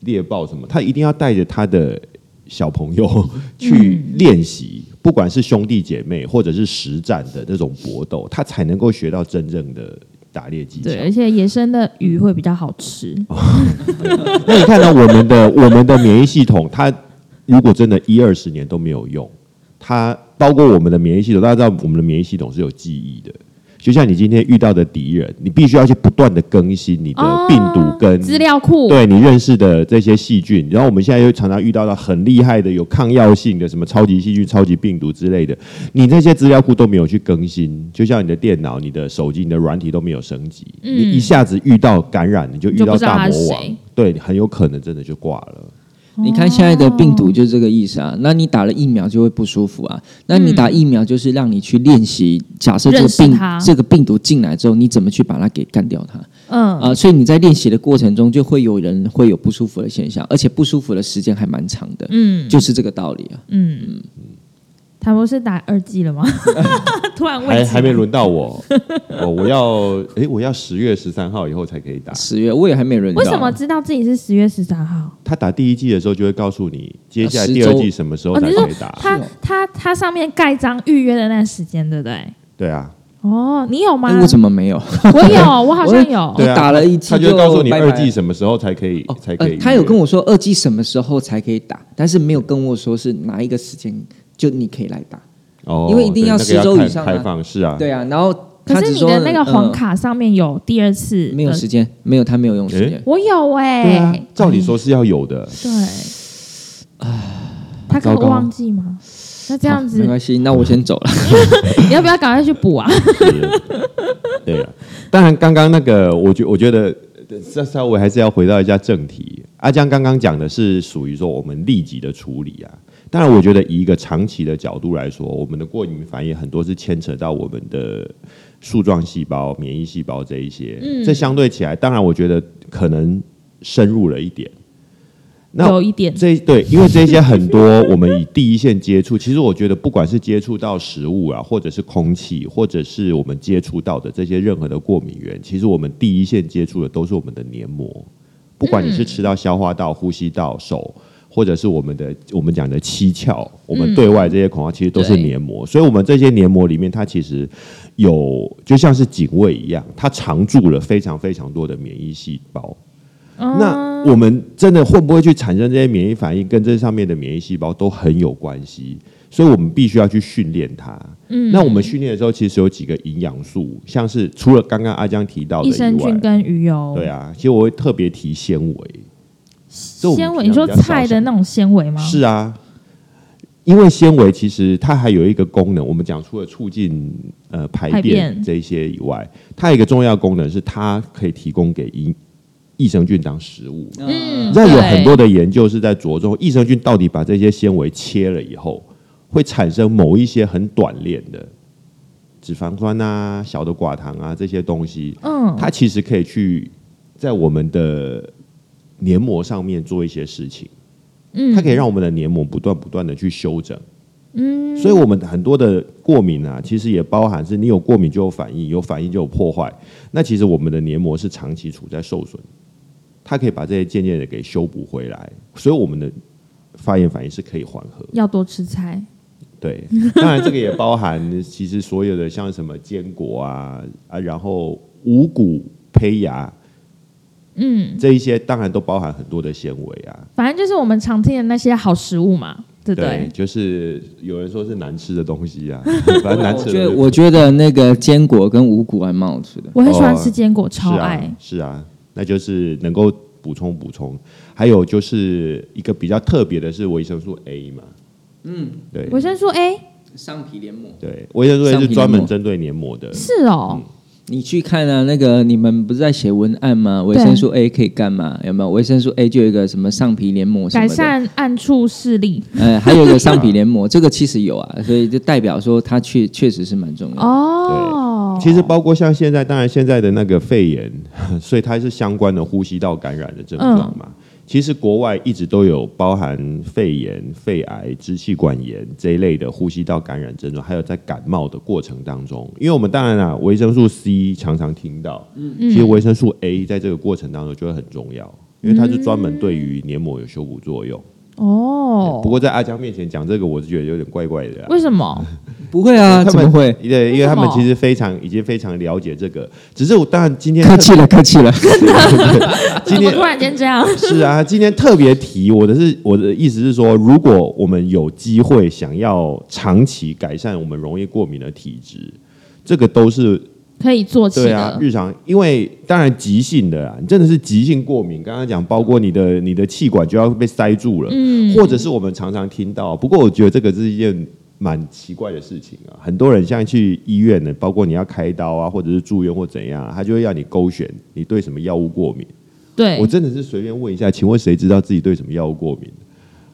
D: 猎豹什么，它一定要带着它的小朋友 去练习，不管是兄弟姐妹或者是实战的那种搏斗，它才能够学到真正的打猎技巧
B: 对，。而且野生的
C: 嗯
B: 鱼会比较好吃。
C: 哦
D: 那你看到我们的 我们的免疫系统，它如果真的一二十年都没有用，它包括我们的免疫系统，大家知道我们的免疫系统是有记忆的。就像你今天遇到的敌人，你必须要去不断的更新你的病毒跟、
B: 哦
C: 嗯
B: 资料库，
D: 对你认识的这些细菌，然后我们现在又常常遇到了很厉害的有抗药性的什么超级细菌、超级病毒之类的，你这些资料库都没有去更新，就像你的电脑、你的手机、你的软体都没有升级，
B: 嗯
D: 你一下子遇到感染，你就遇
B: 就不
D: 到
B: 知道
D: 大
B: 他是
D: 魔王
B: 谁，
D: 对，你很有可能真的就挂了。
C: 你看现在的病毒就是这个意思啊，那你打了疫苗就会不舒服啊，那你打疫苗就是让你去练习，假设这个
B: 嗯认识
C: 病
B: 它
C: 这个病毒进来之后，你怎么去把它给干掉它
B: 嗯
C: 啊、所以你在练习的过程中就会有人会有不舒服的现象，而且不舒服的时间还蛮长的，
B: 嗯
C: 就是这个道理啊。
B: 嗯，他不是打二剂 了吗？突然问
D: 还
B: 起来
D: 还没轮到 我，我我要诶，我要十月十三号以后才可以打。
C: 十月我也还没轮到，啊
B: 为什么知道自己是十月十三号？
D: 他打第一季的时候就会告诉你，接下来
C: 十
D: 第二
C: 周
D: 季什么时候
B: 哦
D: 才
B: 你是
D: 可
B: 说
D: 以打。
B: 他他他上面盖章预约的那个时间，对不对？
D: 对啊，
B: 哦，你有吗？
C: 哎，我怎么没有？
B: 我 有，我好像有。
D: 对啊
C: 我打了一剂
D: 他就会告诉你
C: 拜拜
D: 二季什么时候才可以
C: 哦
D: 才可
C: 呃
D: 以。，
C: 他有跟我说二季什么时候才可以打，但是没有跟我说是哪一个时间就你可以来打。
D: 哦，
C: 因为一定
D: 对
C: 要
D: 那个
C: 10周
D: 看
C: 以上啊
D: 开放式啊，
C: 对啊，然后
B: 可
C: 他
B: 是
C: 只
B: 你
C: 说
B: 的那个黄
C: 嗯
B: 卡嗯上面有第二次的
C: 没有时间，没有他没有用时间。
B: 我有
D: 对啊
B: 哎，，
D: 照理说是要有的。
B: 对，他可以
D: 糟糕
B: 忘记吗？那这样
C: 好没
B: 子，
C: 关系，那我先走了。
B: 你要不要赶快去补啊？
D: 是对啊，当然刚刚那个，我觉我觉得呃这稍微还是要回到一下正题。阿江刚刚讲的是属于说我们立即的处理啊。当然，我觉得以一个长期的角度来说，我们的过敏反应很多是牵扯到我们的树状细胞、免疫细胞这一些。这相对起来，当然我觉得可能深入了一点。那
B: 有一点，
D: 这对，因为这些很多我们以第一线接触，其实我觉得不管是接触到食物啊，或者是空气，或者是我们接触到的这些任何的过敏源，其实我们第
B: 嗯
D: 一线接触的都是我们的黏膜，不管你是吃到消化道、呼吸道、手。或者是我们的我们讲的七窍，我们对外这些恐慌其实都是
B: 嗯对
D: 黏膜，所以我们这些黏膜里面，它其实有就像是警卫一样，它常驻了非常非常多的免疫细胞。
B: 哦
D: 那我们真的会不会去产生这些免疫反应，跟这上面的免疫细胞都很有关系，所以我们必须要去训练它。嗯，那我们训练的时候，其实有几个营养素，像是除了刚刚阿江提到的
B: 益
D: 以
B: 生
D: 外
B: 菌，跟鱼油，
D: 对啊，其实我会特别提纤维，这我们
B: 纤维，
D: 平常
B: 你说
D: 比较少
B: 菜的
D: 想
B: 那种纤维吗？
D: 是啊，因为纤维其实它还有一个功能，我们讲除了促进呃排
B: 排
D: 便
B: 便
D: 这一些以外，它有一个重要功能是它可以提供给益益生菌当食物。
B: 嗯，
D: 那有很多
B: 的
D: 的研究是在着重益生菌到底把这些纤维切了以后，会产生某一些很短链的脂肪酸啊、小的寡糖啊这些东西，
B: 嗯，
D: 它其实可以去在我们的黏膜上面做一些事情。
B: 嗯
D: 它可以让我们的黏膜不断不断的去修整。嗯，所以我们很多的过敏啊，其实也包含是你有过敏就有反应，有反应就有破坏。那其实我们的黏膜是长期处在受损，它可以把这些渐渐的给修补回来，所以我们的发炎反应是可以缓和。
B: 要多吃菜，
D: 对，当然这个也包含其实所有的像什么坚果啊啊，然后五谷胚芽
B: 嗯，
D: 这一些，当然都包含很多的纤维啊。
B: 反正就是我们常听的那些好食物嘛，对不对？
D: 就是有人说是难吃的东 西啊，反正难吃
C: 我
D: 的
C: 觉
D: 东
C: 得
D: 西
C: 我觉得那个坚果跟五谷还蛮好吃的。
B: 我很喜欢
D: 哦
B: 吃坚果，
D: 是
B: 超爱
D: 啊，是啊，那就是能够补充补充。还有就是一个比较特别的是维生素 A 嘛，嗯，对
B: 维生素 A，
C: 上皮黏膜，
D: 对，维生素 A
C: 上
D: 是
C: 皮
D: 专
C: 黏
D: 门
C: 膜
D: 针对黏膜的，
B: 是哦，
D: 嗯
C: 你去看啊，那个你们不是在写文案吗？维生素 A 可以干嘛？有没有维生素 A 就有一个什么上皮黏膜什么
B: 改
C: 的，
B: 善暗处视力
C: 呃，还有一个上皮黏 膜，这个其实有啊，所以就代表说它确确实是蛮重
D: 嗯
C: 要的。
B: 哦。
D: 其实包括像现在，当然现在的那个肺炎， 所以它是相关的呼吸道感染的症状嘛。其实国外一直都有包含肺炎、肺癌、支气管炎这一类的呼吸道感染症状，还有在感冒的过程当中，因为我们当然啦、啊维生素 C 常常听到，其实维生素 A 在这个过程当中就会很重要，因为它是专门对于黏膜有修补作用。
B: 哦
D: 不，过在阿江面前讲这个，我是觉得有点怪怪的、啊。
B: 为什 么？
C: 不会啊，
D: 他
C: 怎
D: 们
C: 么会？
D: 对，因为他们
B: 为什么
D: 其实非常已经非常了解这个，只是我当然今天
C: 客气了，客气了。
D: 今
B: 怎么
D: 天
B: 突然间这样？
D: 是啊，今天特别提我的是我的意思是说，如果我们有机会想要长期改善我们容易过敏的体质，这个都是
B: 可以做起
D: 对啊
B: 的，
D: 日常，因为当然急性的啊，你真的是急性过敏，刚刚讲包括你的你的气管就要被塞住了，
B: 嗯，
D: 或者是我们常常听到，不过我觉得这个是一件蛮奇怪的事情啊。很多人像去医院呢，包括你要开刀啊，或者是住院或怎样啊，他就会要你勾选你对什么药物过敏。
B: 对
D: 我，真的是随便问一下，请问谁知道自己对什么药物过敏？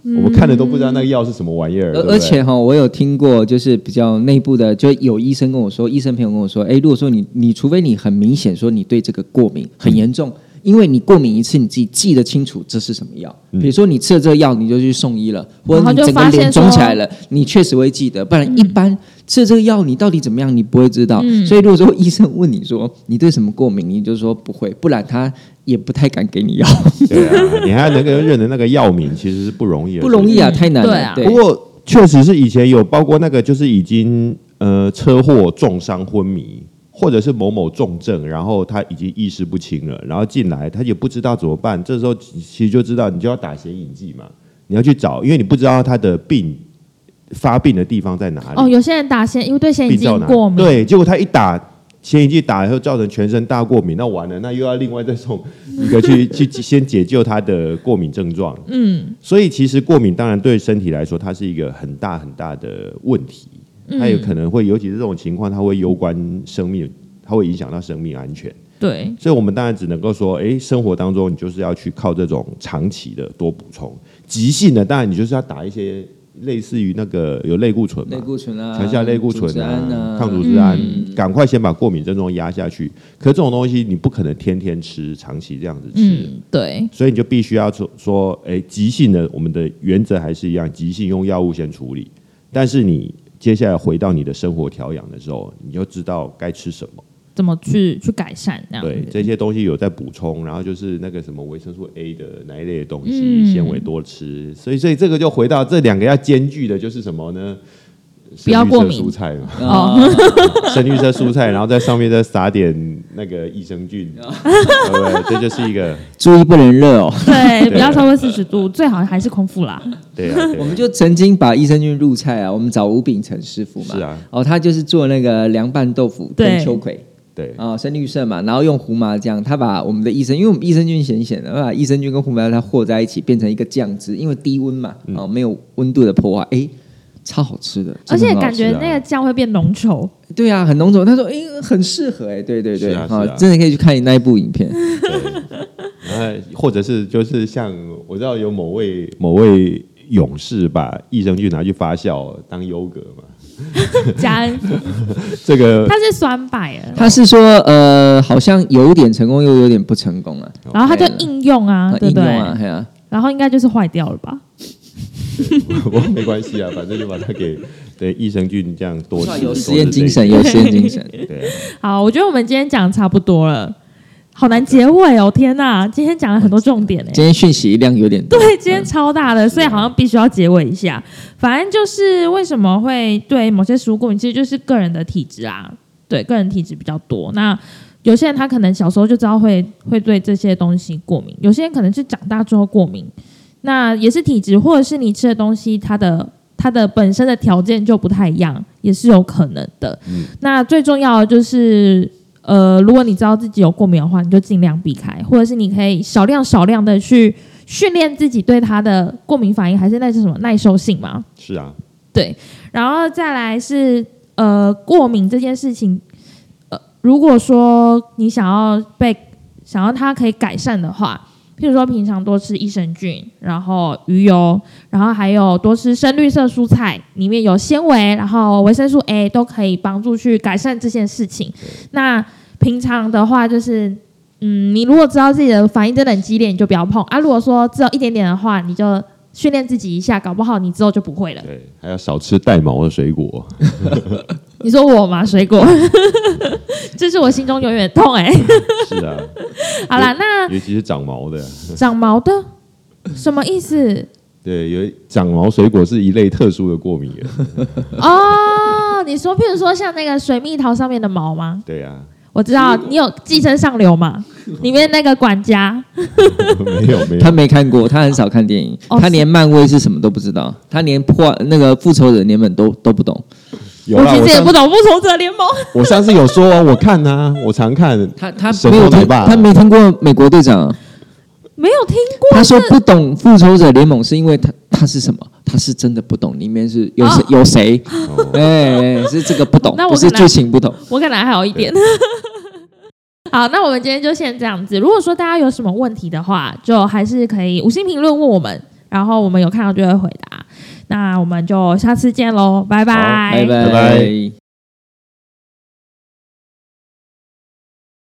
D: 我们看了都不知道那个药是什么玩意儿，对
C: 嗯
D: 不
C: 呃而
D: 对
C: 而且哈、我有听过，就是比较内部的，就有医生跟我说，医生朋友跟我说，哎，如果说你你除非你很明显说你对这个过敏
D: 嗯
C: 很严重，因为你过敏一次，你自己记得清楚这是什么药。
D: 嗯
C: 比如说你吃了这个药，你就去送医了，或
B: 然
C: 者
B: 后
C: 你
B: 就
C: 整个
B: 发现
C: 脸肿起
B: 说
C: 来了，你确实会记得，不然一般。吃了这个药，你到底怎么样？你不会知道。
B: 嗯
C: 所以，如果说医生问你说你对什么过敏，你就说不会，不然他也不太敢给你药，
D: 对啊，你还能够认得那个药名，其实是不容易的，
C: 不容易啊，
B: 嗯
C: 太难了。
B: 对啊
C: 对
D: 不过确实是以前有，包括那个就是已经呃车祸重伤昏迷，或者是某某重症，然后他已经意识不清了，然后进来他也不知道怎么办，这时候其其实就知道你就要打显影剂嘛，你要去找，因为你不知道他的病发病的地方在哪里。
B: 哦，有些人打线，因为对线已
D: 病灶
B: 经
D: 哪里
B: 过敏，，
D: 对，结果他一打显影剂打了以后，造成全身大过敏，那完了，那又要另外再送一个去去去先解救他的过敏症状。
B: 嗯
D: 所以其实过敏当然对身体来说，它是一个很大很大的问题，
C: 嗯
B: 嗯
D: 它有可能会，尤其是这种情况，它会攸关生命，它会影响到生命安全。
B: 对，
D: 所以我们当然只能够说，诶，生活当中你就是要去靠这种长期的多补充，急性的当然你就是要打一些类似于那个有类固醇嘛
C: 类。固醇啊，
D: 产下类固
C: 组
D: 醇
C: 织胺啊，
D: 抗组织胺，赶快先把过敏症状压下去。可这种东西你不可能天天吃，长期这样子吃，
B: 嗯对，
D: 所以你就必须要说说，哎、急性的我们的原则还是一样，急性用药物先处理，但是你接下来回到你的生活调养的时候，你就知道该吃什么，
B: 怎么去去改善这样
D: 对
B: 子。
D: 这些东西有在补充，然后就是那个什么维生素 A 的哪一类的东
B: 嗯
D: 西，纤维多吃，所以所以这个就回到这两个要兼具的就是什么呢？
B: 不要
D: 深绿色
B: 过敏
D: 蔬菜嘛，
B: 哦，
D: 深绿色蔬菜，然后在上面再撒点那个益生 菌，对不对？这就是一个
C: 注意不能热哦。
B: 对，
D: 对
B: 不要超过四十度，最好还是空腹啦。
D: 对啊，对啊
C: 我们就曾经把益生菌入菜啊，我们找吴秉成师傅嘛，
D: 是啊，
C: 哦，他就是做那个凉拌豆腐跟
B: 对
C: 秋葵。
D: 对
C: 啊、深绿色嘛，然后用胡麻酱，他把我们的益生，因为我们益生菌咸咸的，他把益生菌跟胡麻酱它和在一起，变成一个酱汁，因为低温嘛，
D: 嗯
C: 啊、没有温度的破坏，哎，超好吃的，
B: 而
C: 真的很
B: 且
C: 好
B: 感觉
D: 吃啊
B: 那个酱会变浓稠，
C: 对啊，很浓稠。他说，哎，很适合，哎，对对对，
D: 是啊是啊
C: 真的可以去看你那一部影片，
D: 对，然后或者是就是像我知道有某位某位勇士把益生菌拿去发酵当优格嘛，
B: 加
D: 这个
B: 它是酸败 的，
C: 他是说，呃，好像有点成功，又有点不成功啊，
B: 然后它就
C: OK 了
B: 应用啊，对
C: 应
B: 不
C: 用
B: 对？
C: 啊，嘿啊，
B: 然后应该就是坏掉了吧？
D: 我没关系啊，反正就把它给对益生菌这样多吃，
C: 有
D: 多吃
C: 实验精神，
D: 这
C: 有实验精 神。
D: 一对啊，
B: 好，我觉得我们今天讲得差不多了，好难结尾哦！天呐，今天讲了很多重点欸呢、
C: 今天讯息量有点多，
B: 对，今天超大的，所以好像必须要结尾一下。反正就是为什么会对某些食物过敏，其实就是个人的体质啊，对，个人体质比较多。那有些人他可能小时候就知道会会对这些东西过敏，有些人可能是长大之后过敏，那也是体质，或者是你吃的东西它的它的本身的条件就不太一样，也是有可能的。那最重要的就是。呃，如果你知道自己有过敏的话，你就尽量避开，或者是你可以少量少量的去训练自己对它的过敏反应，还是那是什么耐受性嘛？
D: 是啊，
B: 然后再来是呃，过敏这件事情，呃，如果说你想要被想要它可以改善的话，譬如说平常多吃益生菌，然后鱼油，然后还有多吃深绿色蔬菜，里面有纤维，然后维生素 A 都可以帮助去改善这件事情。那平常的话就是。嗯，你如果知道自己的反应真的很激烈，你就不要碰啊。如果说只有一点点的话，你就训练自己一下，搞不好你之后就不会了。
D: 对，还要少吃带毛的 水果，
B: 你说我吗？水 果，这是我心中永远的痛哎、
D: 是啊，
B: 好啦，那
D: 尤其是长毛的，
B: 长毛的什么意思？
D: 对，有长毛水果是一类特殊的过敏源，
B: 哦，你说，譬如说像那个水蜜桃上面的毛吗？
D: 对啊，
B: 我知道你有寄生上流嘛，里面那个管家
D: 没有没有
C: 嗯他，没看过，他很少看电影，
B: 哦
C: 他连漫威是什么都不知道，他连破那个复仇者联盟都都不懂。
D: 有
B: 我
D: 啦，
B: 其
D: 我
B: 实也
D: 上
B: 不懂复仇者联盟，
D: 我上次有说啊，我看啊，我常看，
C: 他他
D: 神
C: 没有
D: 偷奶
C: 听，
D: 爸
C: 他没听过美国队长。啊
B: 哦没有听过。
C: 他说不懂复仇者联盟是因为他他是什么？他是真的不懂里面是有谁、有谁？
D: 哦
C: 哎、哎是这个不懂，
B: 哦 那我
C: 不是
B: 可能
C: 剧情不懂。
B: 我可能还好一点。 好，那我们今天就先这样子。如果说大家有什么问题的话，就还是可以五星评论问我们，然后我们有看到就会回答。那我们就下次见喽，拜拜，
C: 拜
D: 拜拜